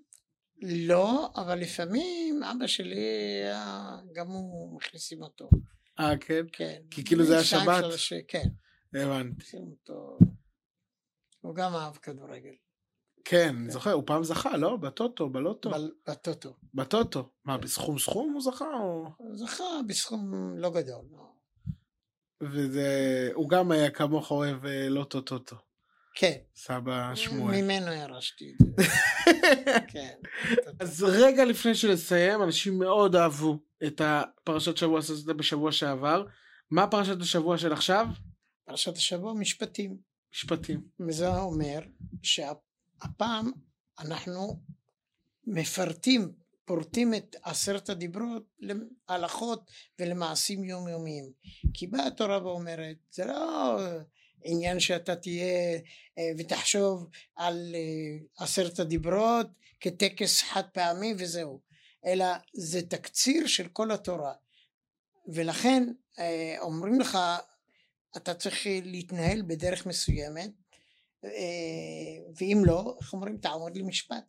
S2: לא, אבל לפעמים אבא שלי, היה- גם הוא מכניסים אותו,
S1: אה כן?
S2: כן.
S1: כי כאילו זה היה
S2: שניים,
S1: שבת.
S2: שלוש, כן,
S1: הבנתי.
S2: מכניסים אותו. הוא גם אהב כדורגל,
S1: כן, אני זוכר, הוא פעם זכה, לא? בטוטו, בלוטו.
S2: בל- בטוטו.
S1: בטוטו. מה, בסכום סכום הוא זכה? או...
S2: הוא זכה בסכום לא גדול. לא.
S1: וזה... הוא גם היה כמוך אוהב אה, לוטו טוטו.
S2: כן,
S1: סבא אה, שמואל.
S2: ממנו ירשתי את זה. כן.
S1: אז רגע לפני שנסיים, אנשים מאוד אהבו את הפרשת שבוע שעשית בשבוע שעבר. מה פרשת השבוע של עכשיו?
S2: פרשת השבוע משפטים.
S1: משפטים.
S2: וזה אומר שהפעם אנחנו מפרטים, פורטים את עשרת הדיברות להלכות ולמעשים יומיומיים. כי באה התורה ואומרת, זה לא עניין שאתה תהיה אה, ותחשוב על אה, עשרת הדיברות כטקס חד פעמי וזהו, אלא זה תקציר של כל התורה. ולכן אה, אומרים לך, אתה צריך להתנהל בדרך מסוימת, אה, ואם לא, איך אומרים, תעמוד למשפט.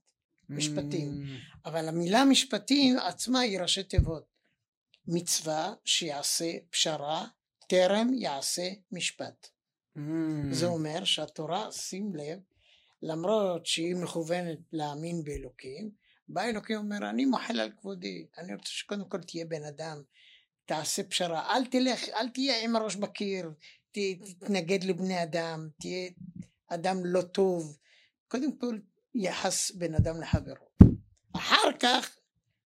S2: משפטים.
S1: Mm,
S2: אבל המילה משפטים עצמה היא ראשי תיבות. מצווה שיעשה פשרה, טרם יעשה משפט.
S1: mm.
S2: זה אומר שהתורה, שים לב, למרות שהיא מכוונת להאמין באלוקים, בא אלוקים ואומר, אני מוחל על כבודי, אני רוצה שקודם כל תהיה בן אדם, תעשה פשרה, אל תלך, אל תהיה עם הראש בקיר, ת, תתנגד לבני אדם, תהיה אדם לא טוב, קודם כל יחס בין אדם לחברו. אחר כך,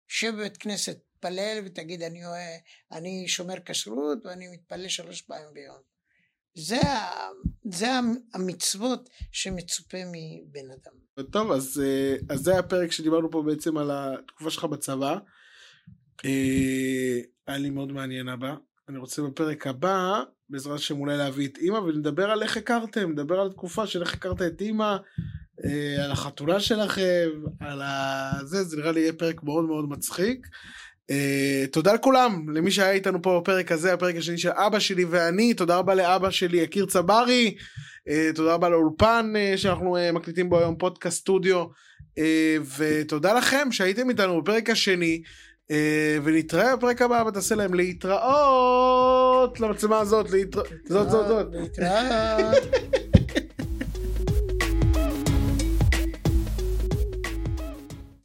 S2: שב בבית כנסת, תתפלל ותגיד, אני, אוה- אני שומר כשרות ואני מתפלל שלוש פעמים ביום. זה, ה- זה המצוות שמצופה מבן אדם.
S1: טוב, אז, אה, אז זה היה הפרק שדיברנו פה בעצם על התקופה שלך בצבא. אה, היה לי מאוד מעניין הבא. אני רוצה בפרק הבא, בעזרת השם אולי להביא את אימא ולדבר על איך הכרתם, נדבר על התקופה של איך הכרת את אימא, אה, על החתונה שלכם, על ה... זה, זה נראה לי יהיה פרק מאוד מאוד מצחיק. אה, תודה לכולם, למי שהיה איתנו פה בפרק הזה, הפרק השני של אבא שלי ואני, תודה רבה לאבא שלי, יקיר צברי. אה, תודה רבה לאולפן אה, שאנחנו אה, מקליטים בו היום פודקאסט סטודיו אה, ותודה לכם שהייתם איתנו בפרק השני אה, ונתראה בפרק הבא ותעשה להם להתראות למצלמה הזאת, להתראות, זאת זאת זאת.
S2: להתראות.